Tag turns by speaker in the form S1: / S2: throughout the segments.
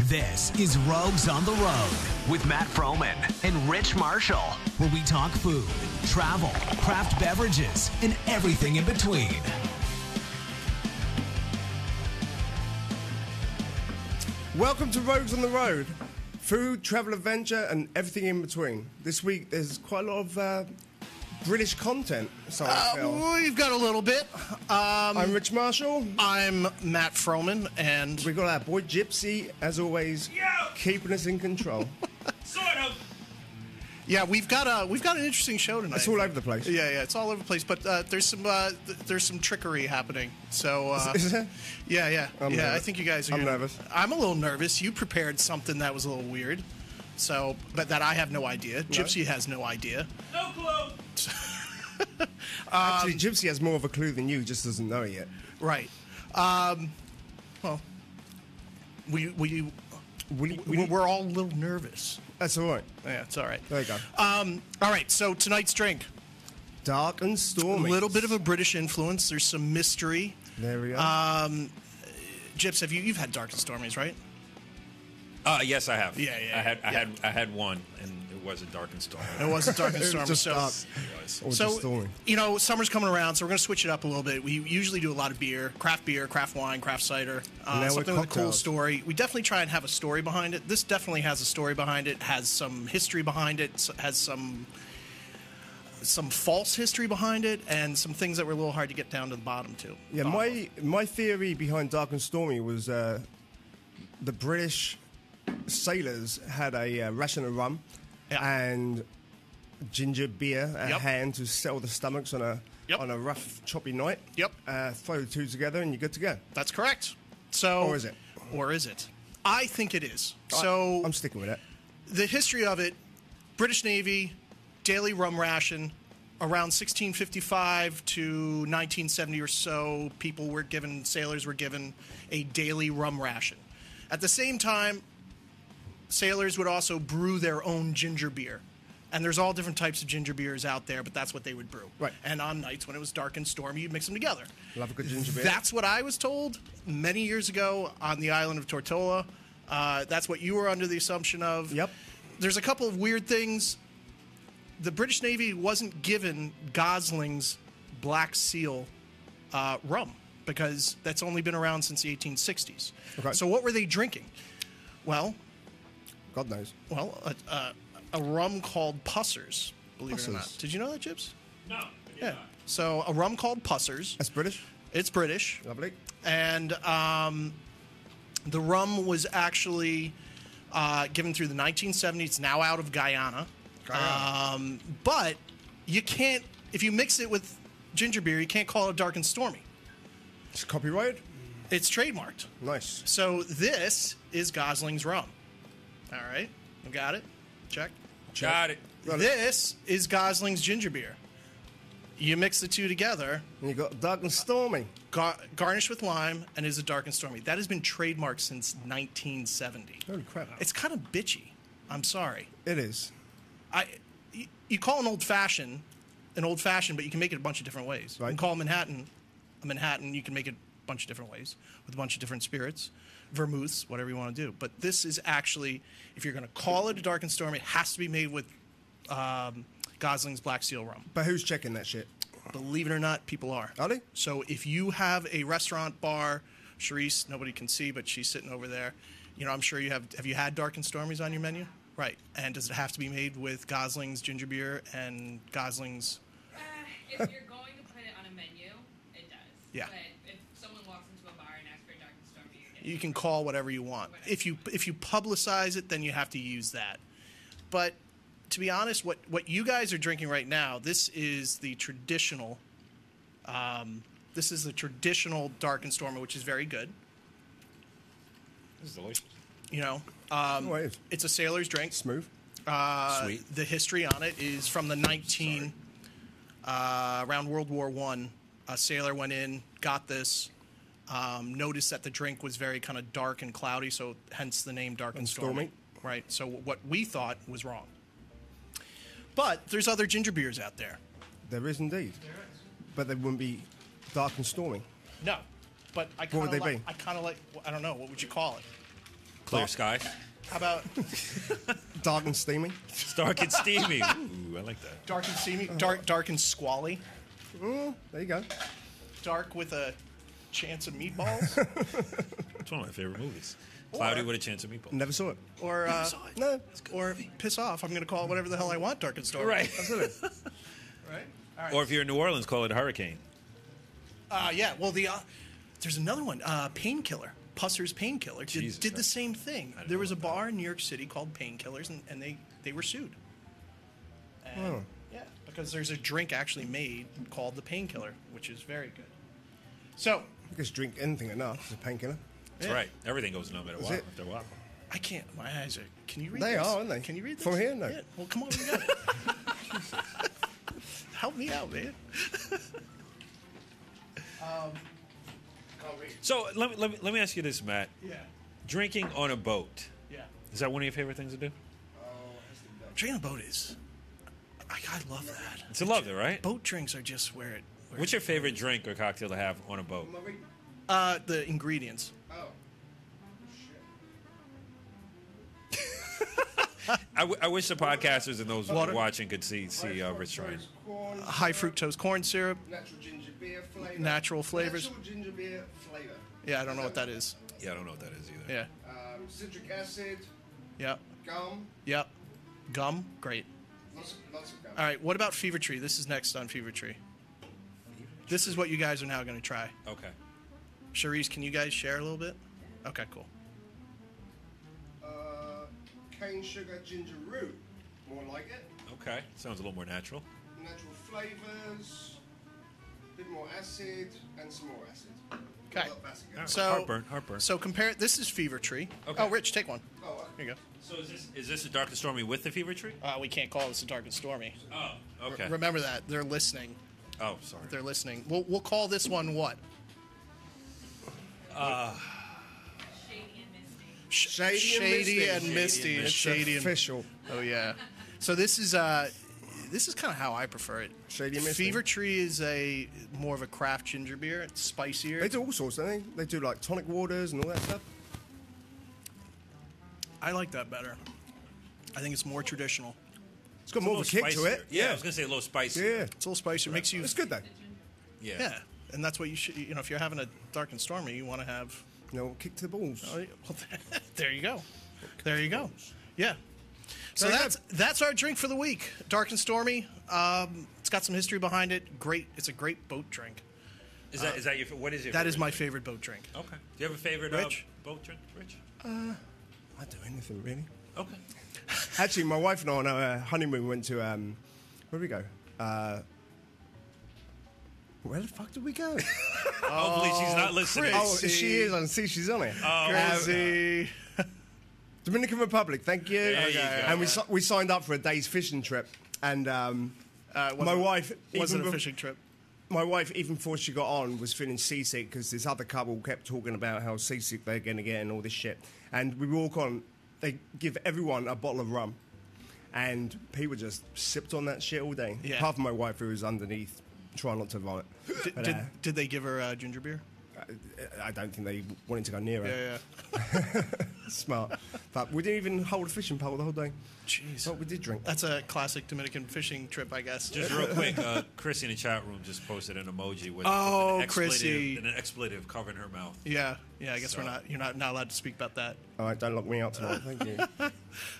S1: This is Rogues on the Road with Matt Froman and Rich Marshall, where we talk food, travel, craft beverages, and everything in between.
S2: Welcome to Rogues on the Road. Food, travel, adventure, and everything in between. This week, there's quite a lot of uh, British content. So I feel.
S3: Uh, we've got a little bit. Um,
S2: I'm Rich Marshall.
S3: I'm Matt Froman, and
S2: We got our boy Gypsy, as always,
S4: Yeah.
S2: keeping us in control.
S4: Sort of.
S3: yeah, we've got a we've got an interesting show tonight.
S2: It's all over the place.
S3: Yeah, yeah, it's all over the place. But uh, there's some uh, th- there's some trickery happening. So uh,
S2: Is it?
S3: yeah, yeah,
S2: I'm
S3: yeah. I
S2: nervous.
S3: think you guys are.
S2: I'm
S3: gonna-
S2: nervous.
S3: I'm a little nervous. You prepared something that was a little weird. So, but that I have no idea. Gypsy has no idea.
S4: No clue.
S3: Um,
S2: Actually, Gypsy has more of a clue than you, just doesn't know it yet.
S3: Right. Um, well, we we,
S2: We-
S3: we,
S2: we-
S3: we're all a little nervous.
S2: That's all right.
S3: Yeah, it's all right.
S2: There you go.
S3: Um, all right. So tonight's drink.
S2: Dark and
S3: A
S2: stormy.
S3: little bit of a Uh, British influence. There's some mystery.
S2: There we are.
S3: Gyps, have you you've had Dark and Stormies, right?
S4: Uh, yes, I have.
S3: Yeah, yeah,
S4: I had, I
S3: yeah.
S4: had, I had one, and it was a dark and stormy.
S3: It wasn't Dark
S2: It
S3: and
S2: was
S3: Stormy.
S2: just
S3: so,
S2: dark.
S4: was.
S2: Or just
S3: so
S2: stormy.
S3: you know, summer's coming around, so we're gonna switch it up a little bit. We usually do a lot of beer, craft beer, craft wine, craft cider,
S2: now
S3: uh,
S2: we're
S3: something with a cool
S2: cocktails.
S3: story. We definitely try and have a story behind it. This definitely has a story behind it. Has some history behind it. s- Has some some false history behind it, and some things that were a little hard to get down to the bottom to.
S2: yeah,
S3: Bottom of.
S2: my, my theory behind Dark and Stormy was uh, the British sailors had a uh, ration of rum
S3: Yeah.
S2: and ginger beer at
S3: Yep.
S2: hand to settle the stomachs on a
S3: Yep.
S2: on a rough, choppy night.
S3: Yep.
S2: Uh, throw the two together and you're good to go.
S3: That's correct. So,
S2: Or is it?
S3: Or is it? I think it is. So
S2: I'm sticking with it.
S3: the history of it: British Navy, daily rum ration. Around 1655 to 1970 or so, people were given, sailors were given a daily rum ration. At the same time, sailors would also brew their own ginger beer. And there's all different types of ginger beers out there, but that's what they would brew.
S2: Right.
S3: And on nights when it was dark and stormy, you'd mix them together.
S2: Love a good ginger beer.
S3: That's what I was told many years ago on the island of Tortola. Uh, that's what you were under the assumption of.
S2: Yep.
S3: There's a couple of weird things. The British Navy wasn't given Gosling's Black Seal uh, rum because that's only been around since the 1860s.
S2: Okay.
S3: So what were they drinking? Well,
S2: God knows.
S3: well, a, a, a rum called Pussers. Believe it or not.
S2: Pussers.
S3: Did you know that, Chips?
S4: No.
S3: Yeah. So a rum called Pussers.
S2: That's British.
S3: It's British
S2: Lovely.
S3: and um, the rum was actually uh, given through the 1970s. It's now out of Guyana,
S2: Guyana.
S3: Um, but you can't if you mix it with ginger beer, you can't call it dark and stormy.
S2: It's copyrighted.
S3: It's trademarked.
S2: Nice.
S3: So this is Gosling's rum. All right, I got it. Check.
S4: Got it.
S2: Got it.
S3: This is Gosling's ginger beer. You mix the two together,
S2: And you got Dark and Stormy.
S3: gar- garnished with lime, and is a dark and stormy. That has been trademarked since 1970.
S2: Holy crap.
S3: It's kind of bitchy. I'm sorry.
S2: It is.
S3: I you, you call an old fashioned an old fashioned, but you can make it a bunch of different ways. You
S2: Right.
S3: can call Manhattan a Manhattan. You can make it a bunch of different ways with a bunch of different spirits, vermouths, whatever you want to do. But this is actually, if you're going to call it a dark and storm, it has to be made with um, Gosling's Black Seal rum.
S2: But who's checking that shit?
S3: Believe it or not, people are.
S2: Are they?
S3: So if you have a restaurant bar, Charisse, nobody can see, but she's sitting over there. You know, I'm sure you have. Have you had Dark and Stormies on your menu? Right. And does it have to be made with Gosling's ginger beer and Gosling's?
S5: Uh, if you're going to put it on a menu, it does.
S3: Yeah.
S5: But if someone walks into a bar and asks for a dark and stormy, you're
S3: You can
S5: getting
S3: call whatever you want. If you if you publicize it, then you have to use that. But to be honest, what what you guys are drinking right now, this is the traditional. Um, this is the traditional Dark and Stormy, which is very good.
S4: This is delicious.
S3: You know, Um,
S2: oh, it is.
S3: It's a sailor's drink.
S2: Smooth.
S3: Uh,
S4: Sweet.
S3: The history on it is from the 19 uh, around World War One. A sailor went in, got this, um, noticed that the drink was very kind of dark and cloudy, so hence the name Dark and,
S2: stormy.
S3: stormy. Right. So what we thought was wrong. But there's other ginger beers out there.
S2: There is indeed. There is. But they wouldn't be Dark and Stormy.
S3: No, but I kind
S2: would
S3: of
S2: they
S3: like.
S2: be?
S3: I kind of like. I don't know. What would you call it?
S4: Clear sky.
S3: How about
S2: Dark and steamy.
S4: Stark and steamy. Ooh, I like that.
S3: dark and steamy? Dark, dark and squally.
S2: There you go.
S3: Dark with a chance of meatballs.
S4: It's one of my favorite movies. Cloudy with a Chance of Meatballs.
S2: Never saw it.
S3: Or uh,
S2: No.
S3: or piss off. I'm going to call it whatever the hell I want. Dark and stormy.
S4: Right.
S2: Absolutely.
S3: Right. All right.
S4: Or if you're in New Orleans, call it a hurricane.
S3: Uh, yeah. Well, the uh, there's another one. Uh, painkiller. Pusser's Painkiller did,
S4: Jesus
S3: did the
S4: Christ.
S3: same thing.
S4: didn't
S3: There
S4: know
S3: was a
S4: about
S3: bar in New York City called Painkillers, and, and they they were sued. And, Yeah, because there's a drink actually made called the Painkiller, which is very good. So
S2: You just drink anything enough. It's a painkiller.
S4: That's
S3: Yeah.
S4: right. Everything goes numb at a while,
S2: it?
S4: after a while.
S3: I can't. My eyes are. Can you read?
S2: They
S3: this?
S2: are, aren't they?
S3: Can you read this?
S2: From here? No.
S3: Yeah. Well, come on, we got it. Help me out, man.
S4: So let me, let, me, let me ask you this, Matt.
S3: Yeah.
S4: Drinking on a boat.
S3: Yeah.
S4: Is that one of your favorite things to do?
S3: Dragon boat is. I, I love that.
S4: It's a love it, right?
S3: Boat drinks are just where it. Where
S4: What's your favorite drink or cocktail to have on a boat?
S3: Uh, the ingredients.
S4: I, w- I wish the podcasters and those
S3: Water?
S4: watching could see see uh, Rich trying.
S2: Corn,
S3: High fructose corn syrup.
S2: natural ginger beer flavor.
S3: Natural flavors.
S2: Natural ginger beer flavor.
S3: Yeah, I don't know what that is.
S4: Yeah, I don't know what that is either.
S3: Yeah.
S2: Um, citric acid,
S3: Yep.
S2: gum,
S3: Yep. Gum. Great.
S2: lots of, lots of gum.
S3: All right. What about Fever Tree? This is next on Fever Tree. This is what you guys are now going to try.
S4: Okay.
S3: Cherise, can you guys share a little bit? Okay. Cool.
S2: Uh, cane sugar ginger root, more like it.
S4: Okay. Sounds a little more natural.
S2: Natural flavors, a bit more acid, and some more acid.
S3: Okay.
S2: Not acid,
S4: All right.
S3: So
S4: heartburn, heartburn.
S3: So compare. This is Fever Tree.
S4: Okay.
S3: Oh, Rich, take one.
S2: Oh, okay.
S3: Here you
S4: So is this is this a dark and stormy with the fever tree?
S3: go. Uh, we can't call this a dark and stormy.
S4: Oh, okay.
S3: Remember that they're listening.
S4: oh, sorry.
S3: They're listening. We'll, we'll call this one what?
S5: Shady and misty.
S3: Sh-
S2: Shady and Misty.
S3: and misty. It's shady and
S2: official.
S3: Oh yeah. So this is uh, this is kind of how I prefer it.
S2: Shady and Misty.
S3: Fever Tree is a more of a craft ginger beer. It's spicier.
S2: They do all sorts, don't they? They do like tonic waters and all that stuff.
S3: I like that better. I think it's more traditional.
S2: It's got more of a kick to it.
S4: Yeah, I was gonna say a little spicy.
S2: Yeah.
S3: It's a little spicier. Makes you
S2: It's good though.
S4: yeah.
S3: Yeah, and that's what you should. You know, if you're having a dark and stormy, you want to have
S2: You know, kick to the balls.
S3: Oh, yeah. Well, there you go. There you go. Yeah. So
S2: Very
S3: that's that's our drink for the week. Dark and stormy. Um, it's got some history behind it. Great. It's a great boat drink.
S4: Is that is that your fa- what is it?
S3: Uh, That is my favorite boat drink.
S4: Okay. Do you have a favorite
S3: Rich?
S4: Uh, boat drink, Rich?
S2: I do anything really.
S4: Okay.
S2: Actually, my wife and I on our uh, honeymoon we went to um, where did we go? Uh, where the fuck did we go?
S3: Uh,
S4: Hopefully she's not listening.
S2: oh, if she is. I can see she's on it.
S3: Oh.
S2: Uh,
S3: Crazy.
S2: Dominican Republic. Thank you.
S4: There you go.
S2: And we si- we signed up for a day's fishing trip, and um,
S3: Uh, it wasn't-
S2: my wife
S3: wasn't
S2: even
S3: a
S2: bef-
S3: fishing trip.
S2: My wife, even before she got on, was feeling seasick because this other couple kept talking about how seasick they're going to get and all this shit. And we walk on, they give everyone a bottle of rum. And people just sipped on that shit all day.
S3: Yeah.
S2: Apart from my wife, who was underneath trying not to vomit.
S3: Did,
S2: But,
S3: did,
S2: uh,
S3: did they give her uh, ginger beer?
S2: I don't think they wanted to go near her.
S3: Yeah, yeah.
S2: Smart. but we didn't even hold a fishing pole the whole day.
S3: Jeez.
S2: But we did drink.
S3: That's a classic Dominican fishing trip, I guess.
S4: Just real quick, uh, Chrissy in the chat room just posted an emoji with
S3: Oh,
S4: an expletive,
S3: Chrissy.
S4: and an expletive covering her mouth.
S3: yeah, yeah. I guess we're
S4: So-
S3: not. You're not, not allowed to speak about that.
S2: All right, don't lock me out tonight. Thank you.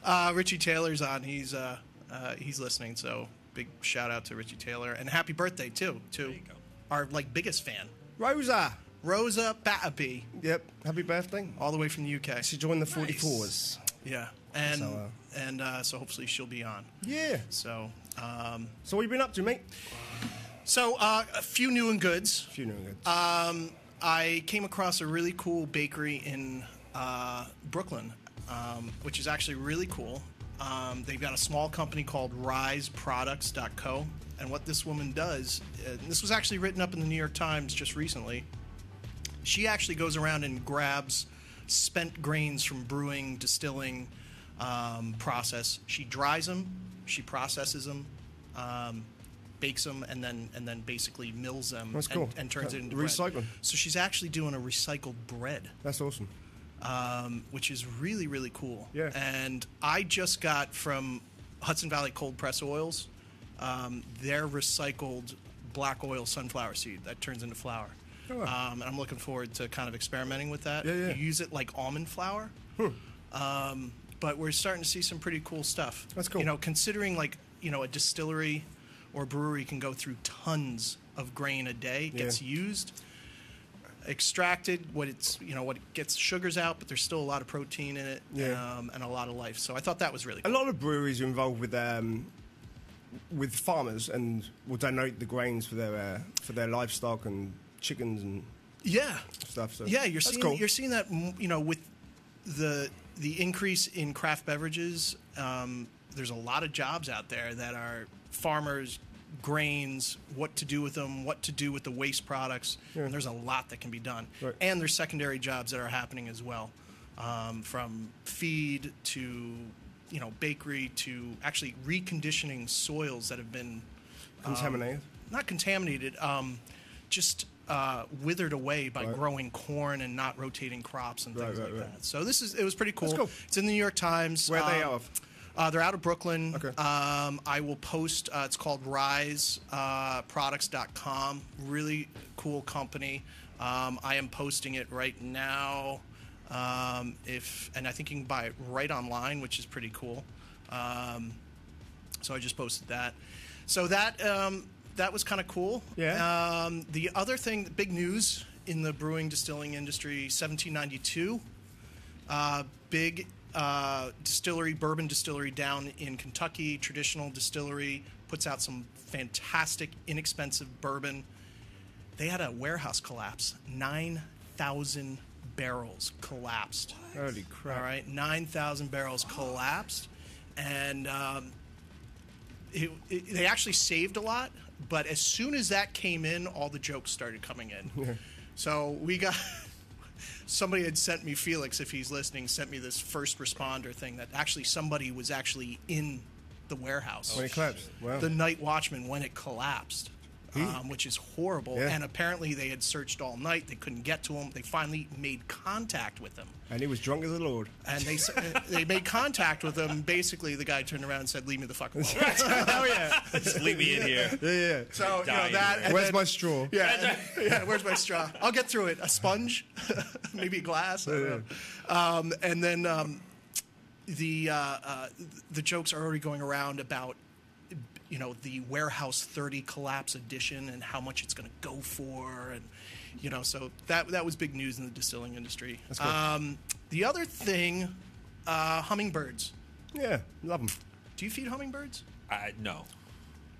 S3: Uh, Richie Taylor's on. He's uh, uh, he's listening. So big shout out to Richie Taylor and happy birthday too to
S4: you go.
S3: our like biggest fan,
S2: Rosa.
S3: Rosa Batterby,
S2: Yep. Happy birthday.
S3: all the way from the UK.
S2: She joined the 44s.
S3: Yeah, and
S2: So, uh,
S3: and uh, so hopefully she'll be on.
S2: Yeah.
S3: So um,
S2: So what you been up to, mate?
S3: so uh, a few new and goods.
S2: Funeral goods.
S3: I came across a really cool bakery in uh, Brooklyn, um, which is actually really cool. Um, they've got a small company called RiseProducts.co, and what this woman does, and this was actually written up in the New York Times just recently. She actually goes around and grabs spent grains from brewing, distilling um, process. She dries them, she processes them, um, bakes them, and then and then basically mills them
S2: That's
S3: and,
S2: cool. Uh,
S3: and turns it into
S2: Recycling.
S3: Bread. So she's actually doing a recycled bread.
S2: That's awesome.
S3: um, which is really, really cool.
S2: Yeah.
S3: And I just got from Hudson Valley Cold Press Oils um, their recycled black oil sunflower seed that turns into flour. Um, and I'm looking forward to kind of experimenting with that.
S2: Oh, Yeah, yeah.
S3: You use it like almond flour. Um, but we're starting to see some pretty cool stuff.
S2: That's cool.
S3: You know, considering like you know a distillery or brewery can go through tons of grain a day,
S2: Yeah.
S3: gets used, extracted, what it's you know what gets sugars out, but there's still a lot of protein in it
S2: Yeah.
S3: um, and a lot of life. So I thought that was really
S2: A
S3: cool.
S2: lot of breweries are involved with um, with farmers and will donate the grains for their uh, for their livestock and chickens and
S3: yeah,
S2: stuff. So
S3: yeah. You're
S2: that's
S3: seeing
S2: cool.
S3: you're seeing that mm, you know with the the increase in craft beverages. Um, there's a lot of jobs out there that are farmers. Grains, what to do with them, what to do with the waste products. And there's a lot that can be done.
S2: Right.
S3: And there's secondary jobs that are happening as well, um, from feed to you know bakery to actually reconditioning soils that have been
S2: Contaminated.
S3: not contaminated, um, just uh, withered away by
S2: Right.
S3: growing corn and not rotating crops and things
S2: Right, right,
S3: like
S2: right.
S3: that. So this is it was pretty cool.
S2: cool.
S3: It's in the New York Times.
S2: Where are they
S3: Um,
S2: out of?
S3: Uh, they're out of Brooklyn.
S2: Okay.
S3: Um, I will post. Uh, it's called Rise uh, Products.com. Really cool company. Um, I am posting it right now. Um, if and I think you can buy it right online, which is pretty cool. Um, so I just posted that. So that um, that was kind of cool.
S2: Yeah.
S3: Um, the other thing, big news in the brewing distilling industry, 1792, uh, big uh, distillery, bourbon distillery down in Kentucky, traditional distillery, puts out some fantastic, inexpensive bourbon. They had a warehouse collapse. Nine thousand barrels collapsed.
S2: Holy crap!
S3: All right, nine thousand barrels collapsed, and um, it, it, they actually saved a lot. But as soon as that came in, all the jokes started coming in. So we got somebody had sent me Felix, if he's listening, sent me this first responder thing that actually somebody was actually in the warehouse
S2: When it collapsed, wow.
S3: the night watchman when it collapsed, um, which is horrible.
S2: Yeah.
S3: And apparently they had searched all night. They couldn't get to him. They finally made contact with him.
S2: and he was drunk as a lord.
S3: And they s- uh, they made contact with him. Basically, the guy turned around and said, "Leave me the fuck alone."
S2: oh yeah,
S4: Just leave me in here.
S2: yeah, yeah.
S3: so you know
S4: Dying,
S3: that.
S4: man.
S3: and
S2: Where's
S3: then-
S2: my straw?
S3: Yeah, yeah. Where's my straw? I'll get through it. A sponge, maybe a glass. I don't know. Um, and then um, the uh, uh, the jokes are already going around about you know the warehouse 30 collapse edition and how much it's going to go for and you know so that that was big news in the distilling industry
S2: cool.
S3: um, the other thing uh, hummingbirds
S2: yeah. Love them.
S3: do you feed hummingbirds
S4: I, no.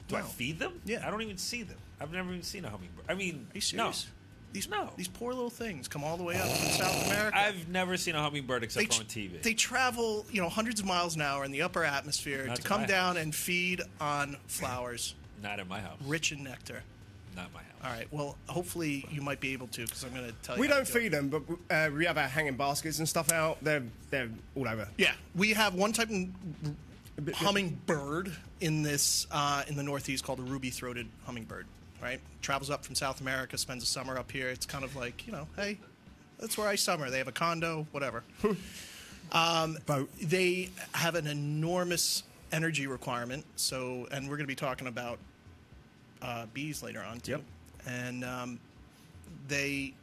S4: Do I
S3: No.
S4: feed them?
S3: Yeah.
S4: I don't even see them. I've never even seen a hummingbird. I mean,
S3: are you serious
S4: no.
S3: these
S4: No.
S3: these poor little things come all the way up from south america
S4: I've never seen a hummingbird except
S3: tr-
S4: on TV.
S3: they travel, you know, hundreds of miles an hour in the upper atmosphere
S4: That's
S3: to come
S4: my
S3: down and feed on flowers
S4: not in my house.
S3: rich in nectar.
S4: Not in my house.
S3: All right. Well, hopefully you might be able to because I'm going to tell you.
S2: We
S3: how
S2: don't
S3: to do it.
S2: feed them, but uh, we have our hanging baskets and stuff out. They're they're all over.
S3: Yeah, we have one type of hummingbird in this uh, in the Northeast called a ruby-throated hummingbird. Right, travels up from South America, spends a summer up here. It's kind of like you know, hey, that's where I summer. They have a condo, whatever.
S2: Boat.
S3: they have an enormous energy requirement. So, and we're going to be talking about uh, bees later on too.
S2: Yep.
S3: And um, they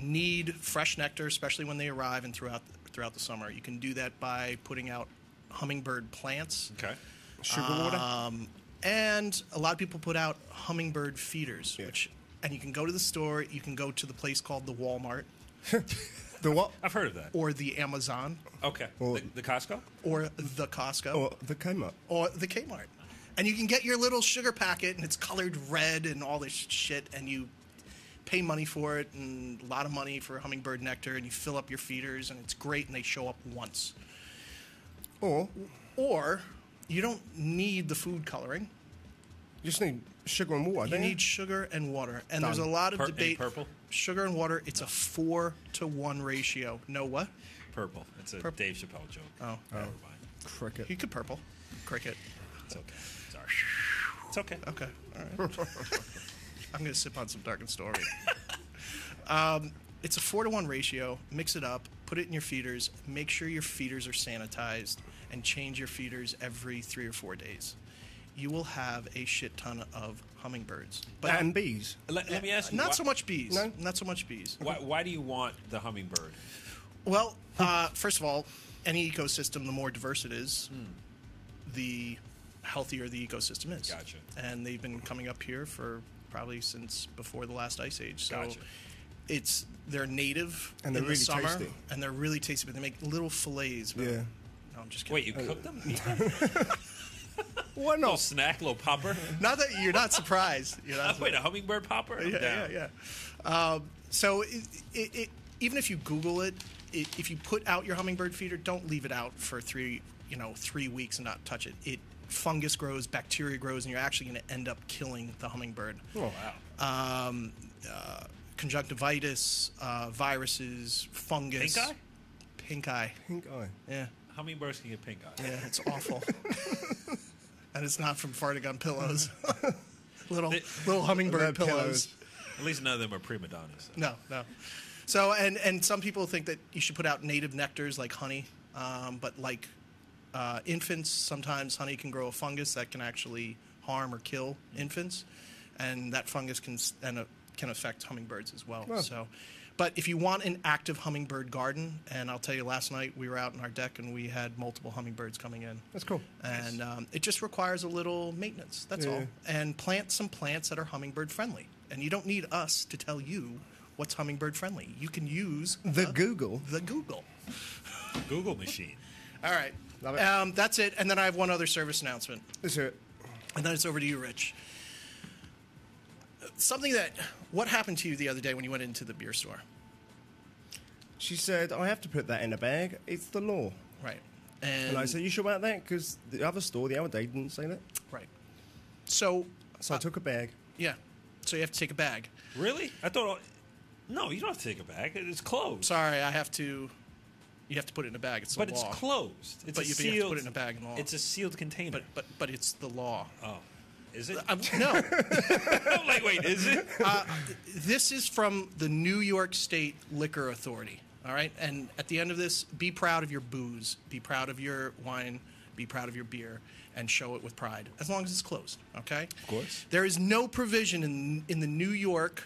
S3: need fresh nectar, especially when they arrive and throughout throughout the summer. You can do that by putting out hummingbird plants,
S4: Okay.
S2: Sugar water.
S3: and a lot of people put out hummingbird feeders,
S2: Yeah.
S3: which and you can go to the store. You can go to the place called the Walmart
S2: The what?
S4: I've heard of that.
S3: or the Amazon
S4: Okay.
S2: Or-
S4: the, the Costco?
S3: or the Costco.
S2: Or Oh, the Kmart.
S3: or the Kmart. And you can get your little sugar packet and it's colored red and all this shit and you pay money for it and a lot of money for hummingbird nectar and you fill up your feeders and it's great and they show up once.
S2: Or
S3: Or you don't need the food coloring.
S2: you just need sugar and water.
S3: You
S2: don't
S3: need sugar and water. And there's a
S2: Done.
S3: lot of
S4: Pur- any
S3: debate.
S4: purple?
S3: Sugar and water, it's a four to one ratio. No what?
S4: Purple. It's a Dave Chappelle joke.
S3: Oh.
S4: Never mind.
S2: cricket.
S3: You could purple. Cricket.
S4: It's okay. Sorry. It's okay.
S3: Okay. All right. I'm going to sip on some dark and stormy. um, It's a four to one ratio. Mix it up, put it in your feeders, make sure your feeders are sanitized, and change your feeders every three or four days. You will have a shit ton of hummingbirds.
S2: and bees.
S4: Let, let me ask you.
S3: not
S4: why,
S3: so much bees.
S2: No?
S3: Not so much bees.
S4: Why, why do you want the hummingbird?
S3: Well, uh, first of all, any ecosystem, the more diverse it is, the healthier the ecosystem is.
S4: Gotcha.
S3: And they've been coming up here for probably since before the last ice age. So
S4: Gotcha.
S3: it's they're native
S2: And they're
S3: in
S2: really
S3: the summer,
S2: tasty.
S3: and they're really tasty. But they make little fillets. But
S2: Yeah.
S3: No, I'm just kidding.
S4: Wait, you cook them?
S2: Why
S4: little
S2: not?
S4: snack, little popper. Uh,
S3: Not that you're not surprised. You're not
S4: Wait, a hummingbird popper? I'm
S3: yeah,
S4: down.
S3: yeah, yeah. Um, so it, it, it, even if you Google it, it, if you put out your hummingbird feeder, don't leave it out for three, you know, three weeks and not touch it. It fungus grows, bacteria grows, and you're actually going to end up killing the hummingbird.
S4: Oh,
S3: Um, uh, conjunctivitis, uh, viruses, fungus.
S4: Pink eye?
S3: Pink eye.
S2: Pink eye.
S3: Yeah,
S4: Hummingbirds can get pink eye.
S3: yeah, it's awful. and it's not from farting on pillows. little little hummingbird
S2: Little
S3: pillows.
S2: pillows.
S4: At least none of them are prima donnas. though.
S3: No, no. So and and some people think that you should put out native nectars like honey, um, but like uh, infants, sometimes honey can grow a fungus that can actually harm or kill
S2: Mm.
S3: infants, and that fungus can s- and uh, can affect hummingbirds as well. So, but if you want an active hummingbird garden, and I'll tell you, last night we were out in our deck and we had multiple hummingbirds coming in.
S2: That's cool.
S3: And um, it just requires a little maintenance. That's all. And plant some plants that are hummingbird friendly. And you don't need us to tell you what's hummingbird friendly. You can use
S2: The Google.
S3: the Google.
S4: Google machine.
S3: All right.
S2: Love it.
S3: Um, that's it. And then I have one other service announcement.
S2: Let's hear it.
S3: And then it's over to you, Rich. Something that, what happened to you the other day when you went into the beer store?
S2: She said, I have to put that in a bag. It's the law.
S3: Right. And,
S2: And I said, You sure about that? Because the other store the other day didn't say that.
S3: right. So, uh,
S2: So I took a bag.
S3: yeah. So you have to take a bag.
S4: Really? I thought. No, you don't have to take it back. It's closed.
S3: Sorry, I have to, you have to put it in a bag. It's the
S4: But it's
S3: law.
S4: closed. It's
S3: But
S4: a
S3: you- but you
S4: sealed,
S3: have to put it in a bag and all.
S4: It's a sealed container.
S3: But but but it's the law.
S4: oh, is it?
S3: Um, no,
S4: I'm like, wait, is it?
S3: this is from the New York State Liquor Authority. All right, and at the end of this, be proud of your booze, be proud of your wine, be proud of your beer, and show it with pride. As long as it's closed, okay? Of
S4: course.
S3: There is no provision in in the New York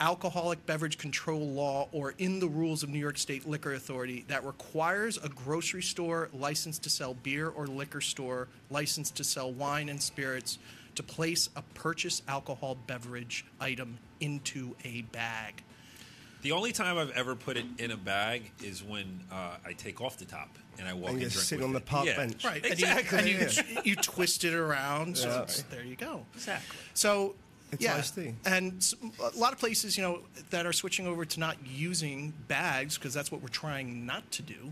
S3: alcoholic beverage control law or in the rules of New York State Liquor Authority that requires a grocery store licensed to sell beer or liquor store licensed to sell wine and spirits to place a purchase alcohol beverage item into a bag.
S4: The only time I've ever put it in a bag is when uh, I take off the top and I
S2: And
S4: walk and,
S2: you
S4: drink
S2: sit
S4: with
S2: on the
S4: it.
S2: park
S4: Yeah.
S2: bench.
S3: Right.
S4: Exactly.
S3: And you, and you, you twist it around. So it's- there you go. Exactly. So,
S2: It's
S3: yeah.
S2: iced tea.
S3: And s- a lot of places, you know, that are switching over to not using bags because that's what we're trying not to do.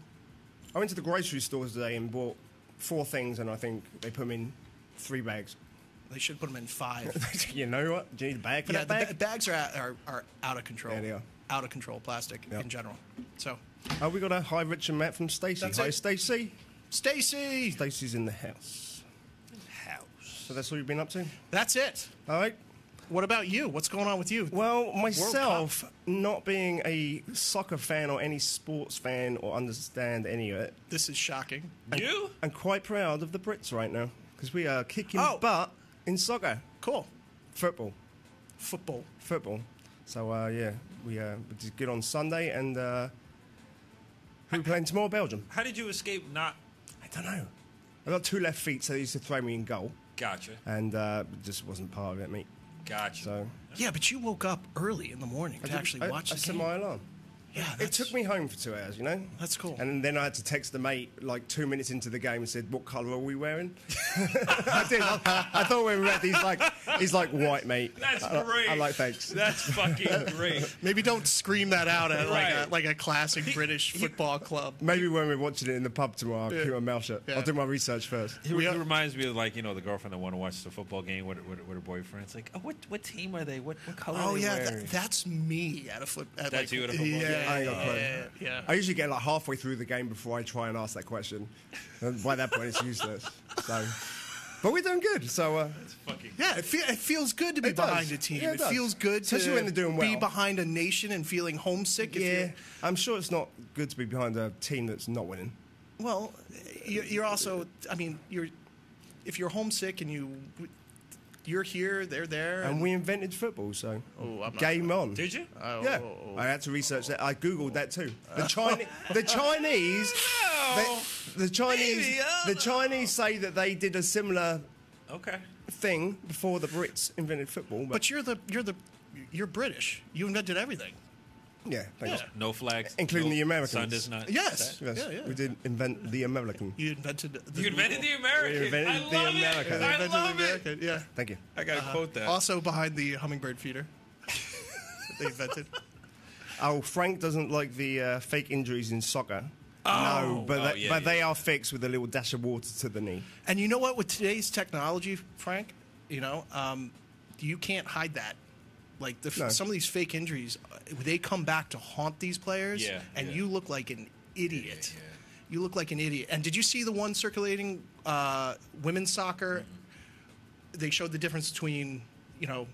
S2: I went to the grocery store today and bought four things, and I think they put them in three bags.
S3: They should put them in five.
S2: you know what? Do you need a bag for
S3: yeah,
S2: that
S3: the
S2: bag?
S3: ba- bags are, out- are are out of control.
S2: Yeah, they are.
S3: Out of control plastic
S2: Yep.
S3: in general. So,
S2: Oh, we got a hi, Rich and Matt from Stacey.
S3: That's
S2: Hi,
S3: it.
S2: Stacey.
S3: Stacy,
S2: Stacey's in the house.
S4: House.
S2: So that's all you've been up to?
S3: that's it.
S2: All right.
S3: What about you? What's going on with you?
S2: Well, myself, not being a soccer fan or any sports fan or understand any of it,
S3: This is shocking.
S4: You?
S2: I'm quite proud of the Brits right now because we are kicking
S3: Oh.
S2: butt in soccer,
S3: Cool.
S2: football,
S3: Football.
S2: football. So uh, yeah, we uh, we did good on Sunday, and uh, who we playing tomorrow? Belgium.
S4: How did you escape not?
S2: I don't know. I got two left feet, so they used to throw me in goal,
S4: Gotcha.
S2: and uh, just wasn't part of it, mate.
S4: Gotcha.
S2: So
S3: Yeah, but you woke up early in the morning to
S2: I-
S3: actually
S2: I,
S3: watch
S2: I
S3: the
S2: set
S3: game.
S2: my alarm.
S3: yeah,
S2: It
S3: that's-
S2: took me home for two hours, you know.
S3: That's cool.
S2: And then I had to text the mate like two minutes into the game and said, "What colour are we wearing?" I did. I, I thought we were red. He's like, he's like white, mate.
S4: That's
S2: I,
S4: great.
S2: I like thanks.
S4: That's fucking great.
S3: Maybe don't scream that out at like a
S4: Right.
S3: like a classic British football club.
S2: Maybe when we're watching it in the pub tomorrow, I'll keep my mouth shut.
S3: Yeah.
S2: I'll do my research first.
S4: He,
S3: We
S4: he
S3: are-
S4: reminds me of like you know the girlfriend that want to watch the football game with, with, with her boyfriend. It's like, oh, what what team are they? What what color?
S3: Oh
S4: are they
S3: yeah,
S4: wearing?
S3: tha- that's me at a foot. At like,
S4: That's you at a football
S3: yeah,
S4: game.
S2: I ain't got a
S3: yeah,
S2: clue.
S3: yeah, yeah.
S2: I usually get like halfway through the game before I try and ask that question. And by that point, it's useless. So But we're doing good. So uh,
S4: Fucking
S3: Yeah, it, feel, it feels good to be
S2: It does.
S3: behind a team.
S2: Yeah, it
S3: it
S2: does.
S3: feels good to
S2: Especially when they're doing
S3: be
S2: well.
S3: behind a nation and feeling homesick. If
S2: yeah,
S3: you're,
S2: I'm sure it's not good to be behind a team that's not winning.
S3: well, you- you're also. I mean, you're if you're homesick and you you're here, they're there,
S2: And we invented football, so
S6: Oh, I'm not-
S2: game on.
S4: Did you?
S2: Yeah, I had to research that. I googled that too.
S4: Oh.
S2: The Chinese, the Chinese, the, the Chinese,
S4: Maybe, uh,
S2: the Chinese say that they did a similar
S4: Okay.
S2: thing before the Brits invented football. But,
S3: but you're the you're the you're British. You invented everything.
S2: yeah, thanks.
S3: Yeah.
S4: No flags,
S2: Including
S4: no-
S2: the Americans.
S4: Sun does not.
S3: Yes.
S4: set.
S2: Yes,
S3: Yeah, yeah.
S2: we did invent the American.
S3: You invented the
S4: You invented the American.
S2: We invented
S4: I
S2: the
S4: love
S2: American.
S4: it. I
S3: invented the
S4: love it.
S3: American, Yeah.
S2: Thank you.
S4: I gotta quote that.
S3: Also behind the hummingbird feeder. they invented.
S2: Oh, Frank doesn't like the uh, fake injuries in soccer. no, but
S4: Oh,
S2: that-
S4: yeah,
S2: but
S4: yeah.
S2: they are fixed with a little dash of water to the knee.
S3: And you know what? With today's technology, Frank, you know, um, you can't hide that. Like the,
S2: No.
S3: some of these fake injuries, uh, they come back to haunt these players,
S4: Yeah,
S3: and
S4: yeah.
S3: you look like an idiot.
S4: Yeah, yeah.
S3: You look like an idiot. And did you see the one circulating uh, women's soccer? They showed the difference between, you know,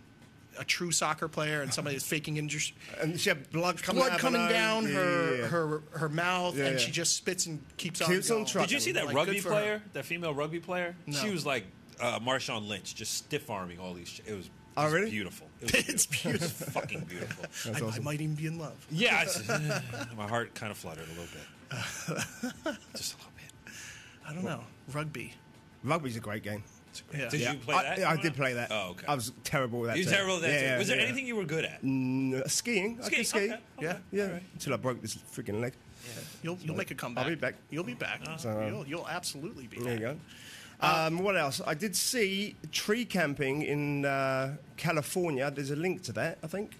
S3: a true soccer player and somebody that's faking injuries.
S2: And she had blood coming
S3: blood
S2: out of
S3: coming
S2: her
S3: down
S2: nose.
S3: her
S2: Yeah, yeah, yeah.
S3: her her mouth,
S2: Yeah,
S3: and
S2: yeah.
S3: she just spits and keeps
S2: Keeps
S3: on.
S2: on
S3: going.
S2: truck.
S4: Did you see that
S3: Like,
S4: rugby
S3: good for
S4: player?
S3: her.
S4: That female rugby player?
S3: No.
S4: She was like uh, Marshawn Lynch, just stiff arming all these. Sh- it was. It
S2: Oh,
S4: was
S2: really?
S4: Beautiful. It was
S3: It's
S4: It was fucking beautiful.
S3: I, I might even be in love.
S4: yeah, I just- my heart kind of fluttered a little bit. just a little bit.
S3: I don't know. Rugby.
S2: Rugby's a great game.
S4: It's great.
S3: Yeah.
S4: Did
S2: Yeah.
S4: you play
S2: I,
S4: that?
S2: I did play that.
S4: Oh, okay.
S2: I was terrible at that.
S4: you
S2: too.
S4: terrible at that.
S2: Yeah,
S4: too.
S2: yeah,
S4: was there
S2: yeah.
S4: anything you were good at?
S2: Mm, skiing. I
S4: Skiing,
S2: could ski.
S4: okay, okay.
S2: Yeah, yeah. Until I broke this freaking leg.
S3: You'll you'll make a comeback.
S2: I'll be back.
S3: You'll be back.
S2: So, um,
S3: you'll you'll absolutely be.
S2: There
S3: back.
S2: you go. Um, what else? I did see tree camping in uh, California. There's a link to that, I think.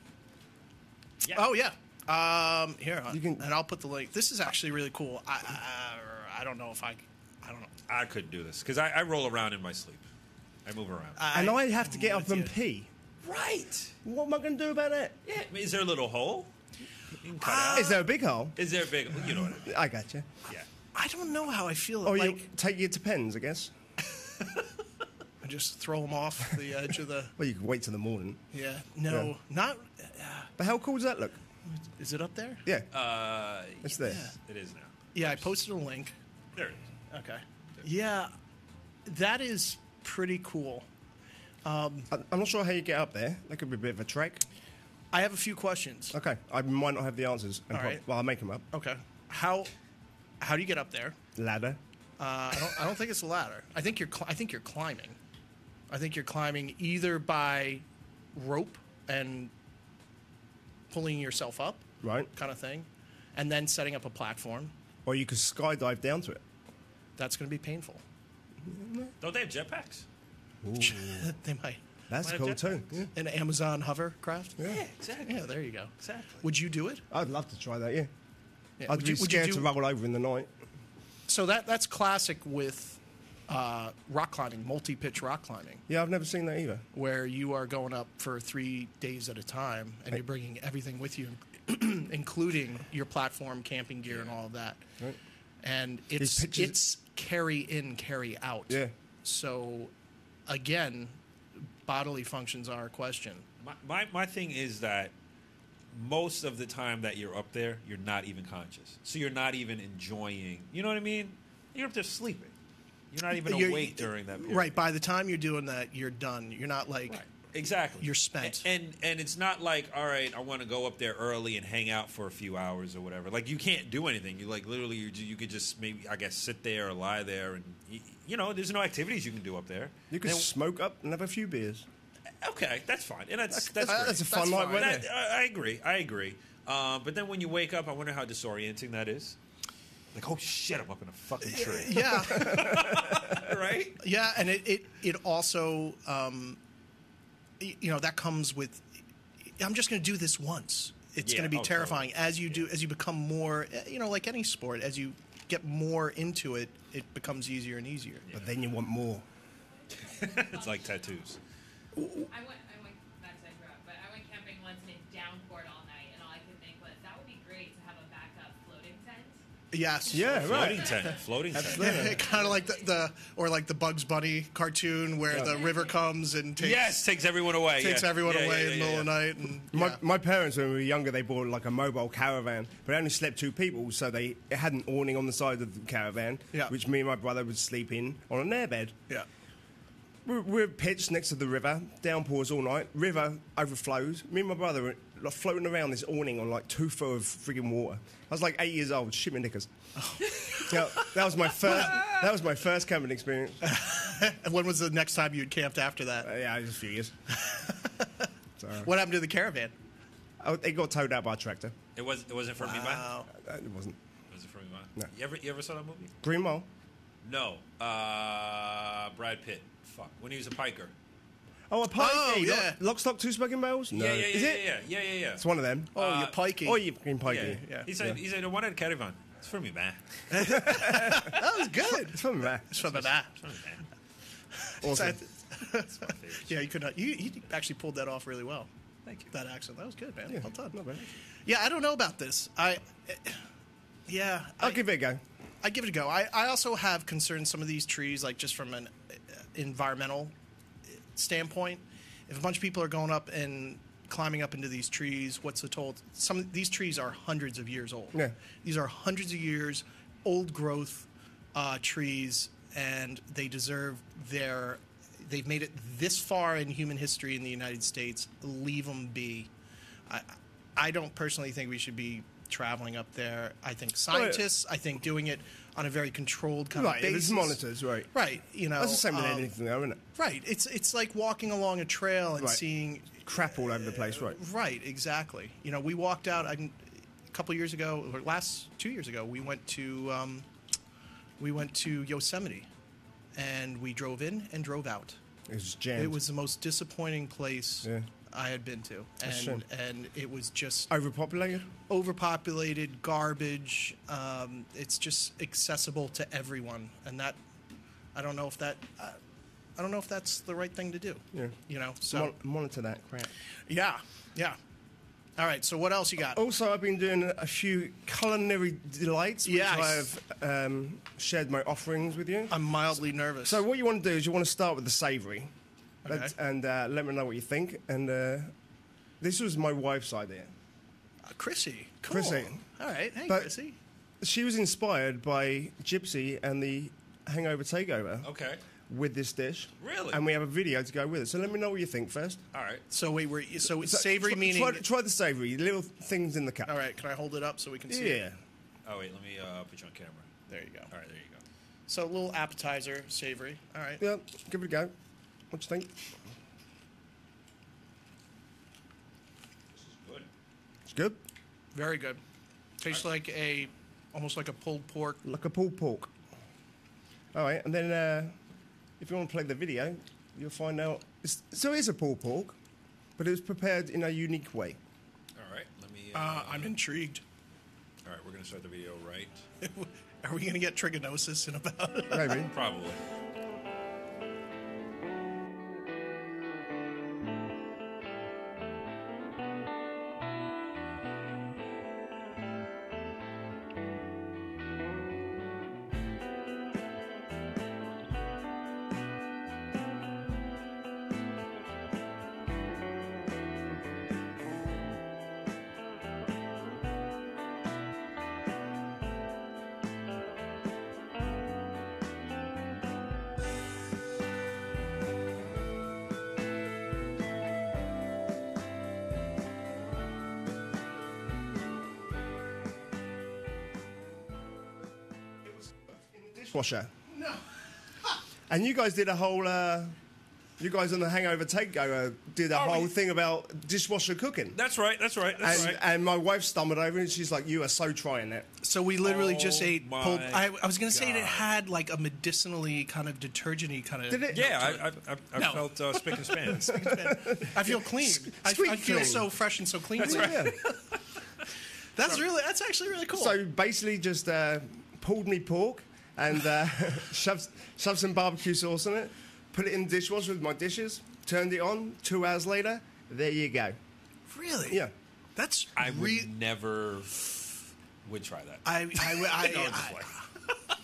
S3: Oh yeah. Um, here,
S2: You can-
S3: and I'll put the link. This is actually really cool. I I, I don't know if I I don't know.
S4: I couldn't do this because I, I roll around in my sleep. I move around.
S2: and I have to
S3: I'm
S2: get
S3: with
S2: up and
S3: you.
S2: pee.
S4: Uh, right.
S2: What am I going to do about that?
S4: Yeah. I mean, is there a little hole? You can cut
S3: Ah.
S4: out.
S2: Is there a big hole?
S4: Is there a big? You know what I mean?
S2: I gotcha.
S4: Yeah.
S3: I don't know how I feel.
S2: Or
S3: like
S2: Oh, you take your depends, I guess.
S3: I just throw them off the edge of the.
S2: Well, you could wait till the morning.
S3: Yeah. No.
S2: Yeah.
S3: Not.
S2: But how cool does that look?
S3: Is it up there?
S2: Yeah,
S4: Uh,
S2: it's there.
S4: it is now.
S3: Yeah. I posted a link.
S4: There it is.
S3: Okay. Yeah, that is pretty cool.
S2: I- I'm not sure how you get up there. That could be a bit of a trek.
S3: I have a few questions.
S2: Okay, I might not have the answers. And
S3: All
S2: prob-
S3: right.
S2: Well, I'll make them up.
S3: Okay. How how do you get up there?
S2: Ladder.
S3: Uh, I don't I don't think it's a ladder. I think you're cl- I think you're climbing. I think you're climbing either by rope and pulling yourself up,
S2: Right.
S3: kind of thing, and then setting up a platform.
S2: Or you could skydive down to it.
S3: That's going to be painful.
S4: Don't they have jetpacks?
S3: they might
S2: That's
S4: Might have
S2: cool
S4: jet
S2: too. Yeah.
S3: an Amazon hovercraft. Yeah.
S4: exactly.
S3: Yeah, there you go.
S4: Exactly.
S3: Would you do it?
S2: I'd love to try that, yeah.
S3: Yeah.
S2: I'd
S3: Would
S2: be
S3: you- would you
S2: scared
S3: do-
S2: to roll over in the night.
S3: So that that's classic with uh, rock climbing, multi-pitch rock climbing,
S2: Yeah, I've never seen that either.
S3: where you are going up for three days at a time, and you're bringing everything with you, including your platform, camping gear, and all of that. Right. And it's
S2: pitches-
S3: it's carry in, carry out.
S2: Yeah.
S3: So, again, bodily functions are a question.
S4: My, my, my thing is that most of the time that you're up there, you're not even conscious. So you're not even enjoying. You know what I mean? You're up there sleeping. You're not even
S3: You're-
S4: awake during that period.
S3: Right. By the time you're doing that, you're done. You're not like.
S4: Right. Exactly.
S3: You're spent.
S4: A- And and it's not like, all right, I want to go up there early and hang out for a few hours or whatever. Like you can't do anything. You like literally you, you could just maybe I guess sit there or lie there and y- you know, there's no activities you can do up there.
S2: You could
S4: Then-
S2: smoke up and have a few beers.
S4: okay, that's fine. And that's that's,
S2: That's,
S4: great.
S2: a fun
S3: That's
S2: night,
S3: fine.
S2: right
S4: That-
S2: there.
S4: I, I agree. I agree. Um, but then when you wake up, I wonder how disorienting that is. Like, oh shit, I'm up in a fucking tree,
S3: Yeah.
S4: right?
S3: Yeah, and it it, it also um, y- you know that comes with I'm just going to do this once. It's
S4: Yeah,
S3: going to be
S4: oh,
S3: terrifying as you do as you become more eh, you know like any sport as you get more into it it becomes easier and easier.
S2: But then you want more.
S4: It's like tattoos.
S5: I went, I went, not to interrupt, but I went camping once and it downpoured all night, and all I could think was that would be great to have a backup floating tent.
S3: Yes.
S2: Yeah,
S4: Floating
S2: right.
S4: tent. Floating tent.
S3: kind of like the, the or like the Bugs Bunny cartoon where the river comes and takes
S4: Yes, takes everyone away.
S3: takes
S4: yeah.
S3: everyone
S4: Yeah,
S3: away in
S4: yeah,
S3: the
S4: yeah,
S3: middle
S4: yeah.
S3: of the night and
S2: My,
S3: yeah.
S2: my parents, when we were younger, they bought like a mobile caravan, but they only slept two people, so they it had an awning on the side of the caravan,
S3: Yeah.
S2: which me and my brother would sleep in on an airbed.
S3: yeah.
S2: We're, we're pitched next to the river, downpours all night, river overflows. Me and my brother were like, floating around this awning on like two foot of frigging water. I was like eight years old, shit my knickers. Yeah, that was my first. That was my first camping experience. Uh,
S3: And when was the next time you'd camped after that?
S2: yeah, it was a few years. so,
S3: What happened to the caravan?
S2: oh, it got towed out by a tractor.
S4: It was. It wasn't from me. Wow.
S2: Uh, It wasn't
S4: Was it from me?
S2: No.
S4: You ever you ever saw that movie?
S2: Green Mile.
S4: No. Uh, Brad Pitt. Fuck. When he was a piker.
S2: Oh, a pike.
S3: Oh,
S2: Hey, lo-
S3: yeah.
S2: Lock, stock, two smoking barrels. No.
S4: Yeah, yeah, yeah,
S2: Is
S4: yeah,
S2: it?
S4: yeah, yeah, yeah, yeah.
S2: It's one of them.
S3: Oh, you're piking.
S2: Oh, you fucking pikey.
S4: yeah.
S3: yeah.
S4: He said. He said. I wanted a caravan. It's from me, man.
S3: That was good.
S2: It's from there.
S3: It's from that.
S4: It's from me, man.
S2: Awesome.
S4: It's my favorite.
S3: Yeah, you could not. You, you actually pulled that off really well.
S4: Thank you.
S3: That accent. That was good, man.
S2: Yeah,
S3: Well done.
S2: not bad.
S3: Yeah, I don't know about this. I, yeah,
S2: I'll
S3: I,
S2: give it a go.
S3: I give it a go. I, I also have concerns some of these trees, like just from an uh, environmental standpoint. If a bunch of people are going up and climbing up into these trees, what's the toll? Some of these trees are hundreds of years old.
S2: Yeah.
S3: These are hundreds of years old growth uh, trees, and they deserve their. They've made it this far in human history in the United States. Leave them be. I, I don't personally think we should be traveling up there. I think scientists. I think doing it on a very controlled kind
S2: Right,
S3: of
S2: if
S3: basis.
S2: it's monitors, right.
S3: Right. You know.
S2: That's the same with
S3: um,
S2: anything, though, isn't it?
S3: Right. It's it's like walking along a trail and
S2: Right.
S3: seeing
S2: Crap all over the place, right?
S3: Right, exactly. You know, we walked out I, a couple years ago, or last two years ago. We went to um, we went to Yosemite, and we drove in and drove out.
S2: It was jammed.
S3: It was the most disappointing place
S2: Yeah.
S3: I had been to,
S2: That's
S3: and
S2: shame.
S3: and it was just
S2: overpopulated.
S3: overpopulated garbage. Um, it's just accessible to everyone, and that I don't know if that. Uh, I don't know if that's the right thing to do.
S2: Yeah.
S3: You know, so
S2: Mon- monitor that crap.
S3: yeah, yeah. All right. So what else you got?
S2: Also, I've been doing a few culinary delights, which
S3: Yes.
S2: I have um, shared my offerings with you.
S3: I'm mildly nervous.
S2: so, what you want to do is you want to start with the savoury,
S3: Okay.
S2: Let's- and uh, let me know what you think. And uh, this was my wife's idea.
S3: Uh, Chrissy, cool.
S2: Chrissy.
S3: All right. Hey,
S2: But-
S3: Chrissy.
S2: She was inspired by Gypsy and the Hangover Takeover.
S3: Oh.
S4: Okay.
S2: with this dish.
S4: Really?
S2: And we have a video to go with it. So let me know what you think first.
S4: All right.
S3: So wait, we're so it's
S2: So
S3: savory
S2: try,
S3: meaning.
S2: Try, try the savory, little things in the cup.
S3: all right. Can I hold it up so we can see?
S2: Yeah.
S3: It?
S4: Oh wait. Let me uh, put you on camera.
S3: There you go.
S4: All right. There you go.
S3: So a little appetizer, savory. All right.
S2: Yeah, give it a go. What you think?
S4: This is good.
S2: It's good.
S3: Very good. Tastes like a almost like a pulled pork.
S2: Like a pulled pork. All right, and then uh, if you want to play the video, you'll find out. It's, so it is a pulled pork, but it was prepared in a unique way.
S4: All right. Let me. Uh,
S3: Uh, I'm intrigued.
S4: all right. We're gonna start the video right.
S3: Are we gonna get trigonosis in about?
S2: Maybe.
S4: Probably.
S2: Dishwasher. No. and you guys did a whole. Uh, you guys on the Hangover Takeover did a
S4: Oh,
S2: whole
S4: we-
S2: thing about dishwasher cooking.
S4: That's right. That's right. That's
S2: And,
S4: right.
S2: and my wife stumbled over and she's like, "You are so trying that."
S3: So we literally just
S4: Oh
S3: ate
S4: my
S3: pulled. I, I was gonna say that it
S4: God.
S3: had like a medicinally kind of detergenty kind of.
S2: Did it?
S4: yeah, I, I, I, I
S3: No.
S4: felt uh, spick and span.
S3: I feel clean. I,
S2: sweet
S3: I feel
S2: clean.
S3: so fresh and so clean. That's
S2: Yeah.
S3: That's really. That's actually really cool.
S2: so basically, just uh, pulled me pork and uh, shoved, shoved some barbecue sauce in it, put it in the dishwasher with my dishes, turned it on. Two hours later, there you go.
S3: Really?
S2: Yeah.
S3: That's
S4: I
S3: re-
S4: would never would try that.
S3: I, I, I,
S4: No, I'm just
S3: I-
S4: like-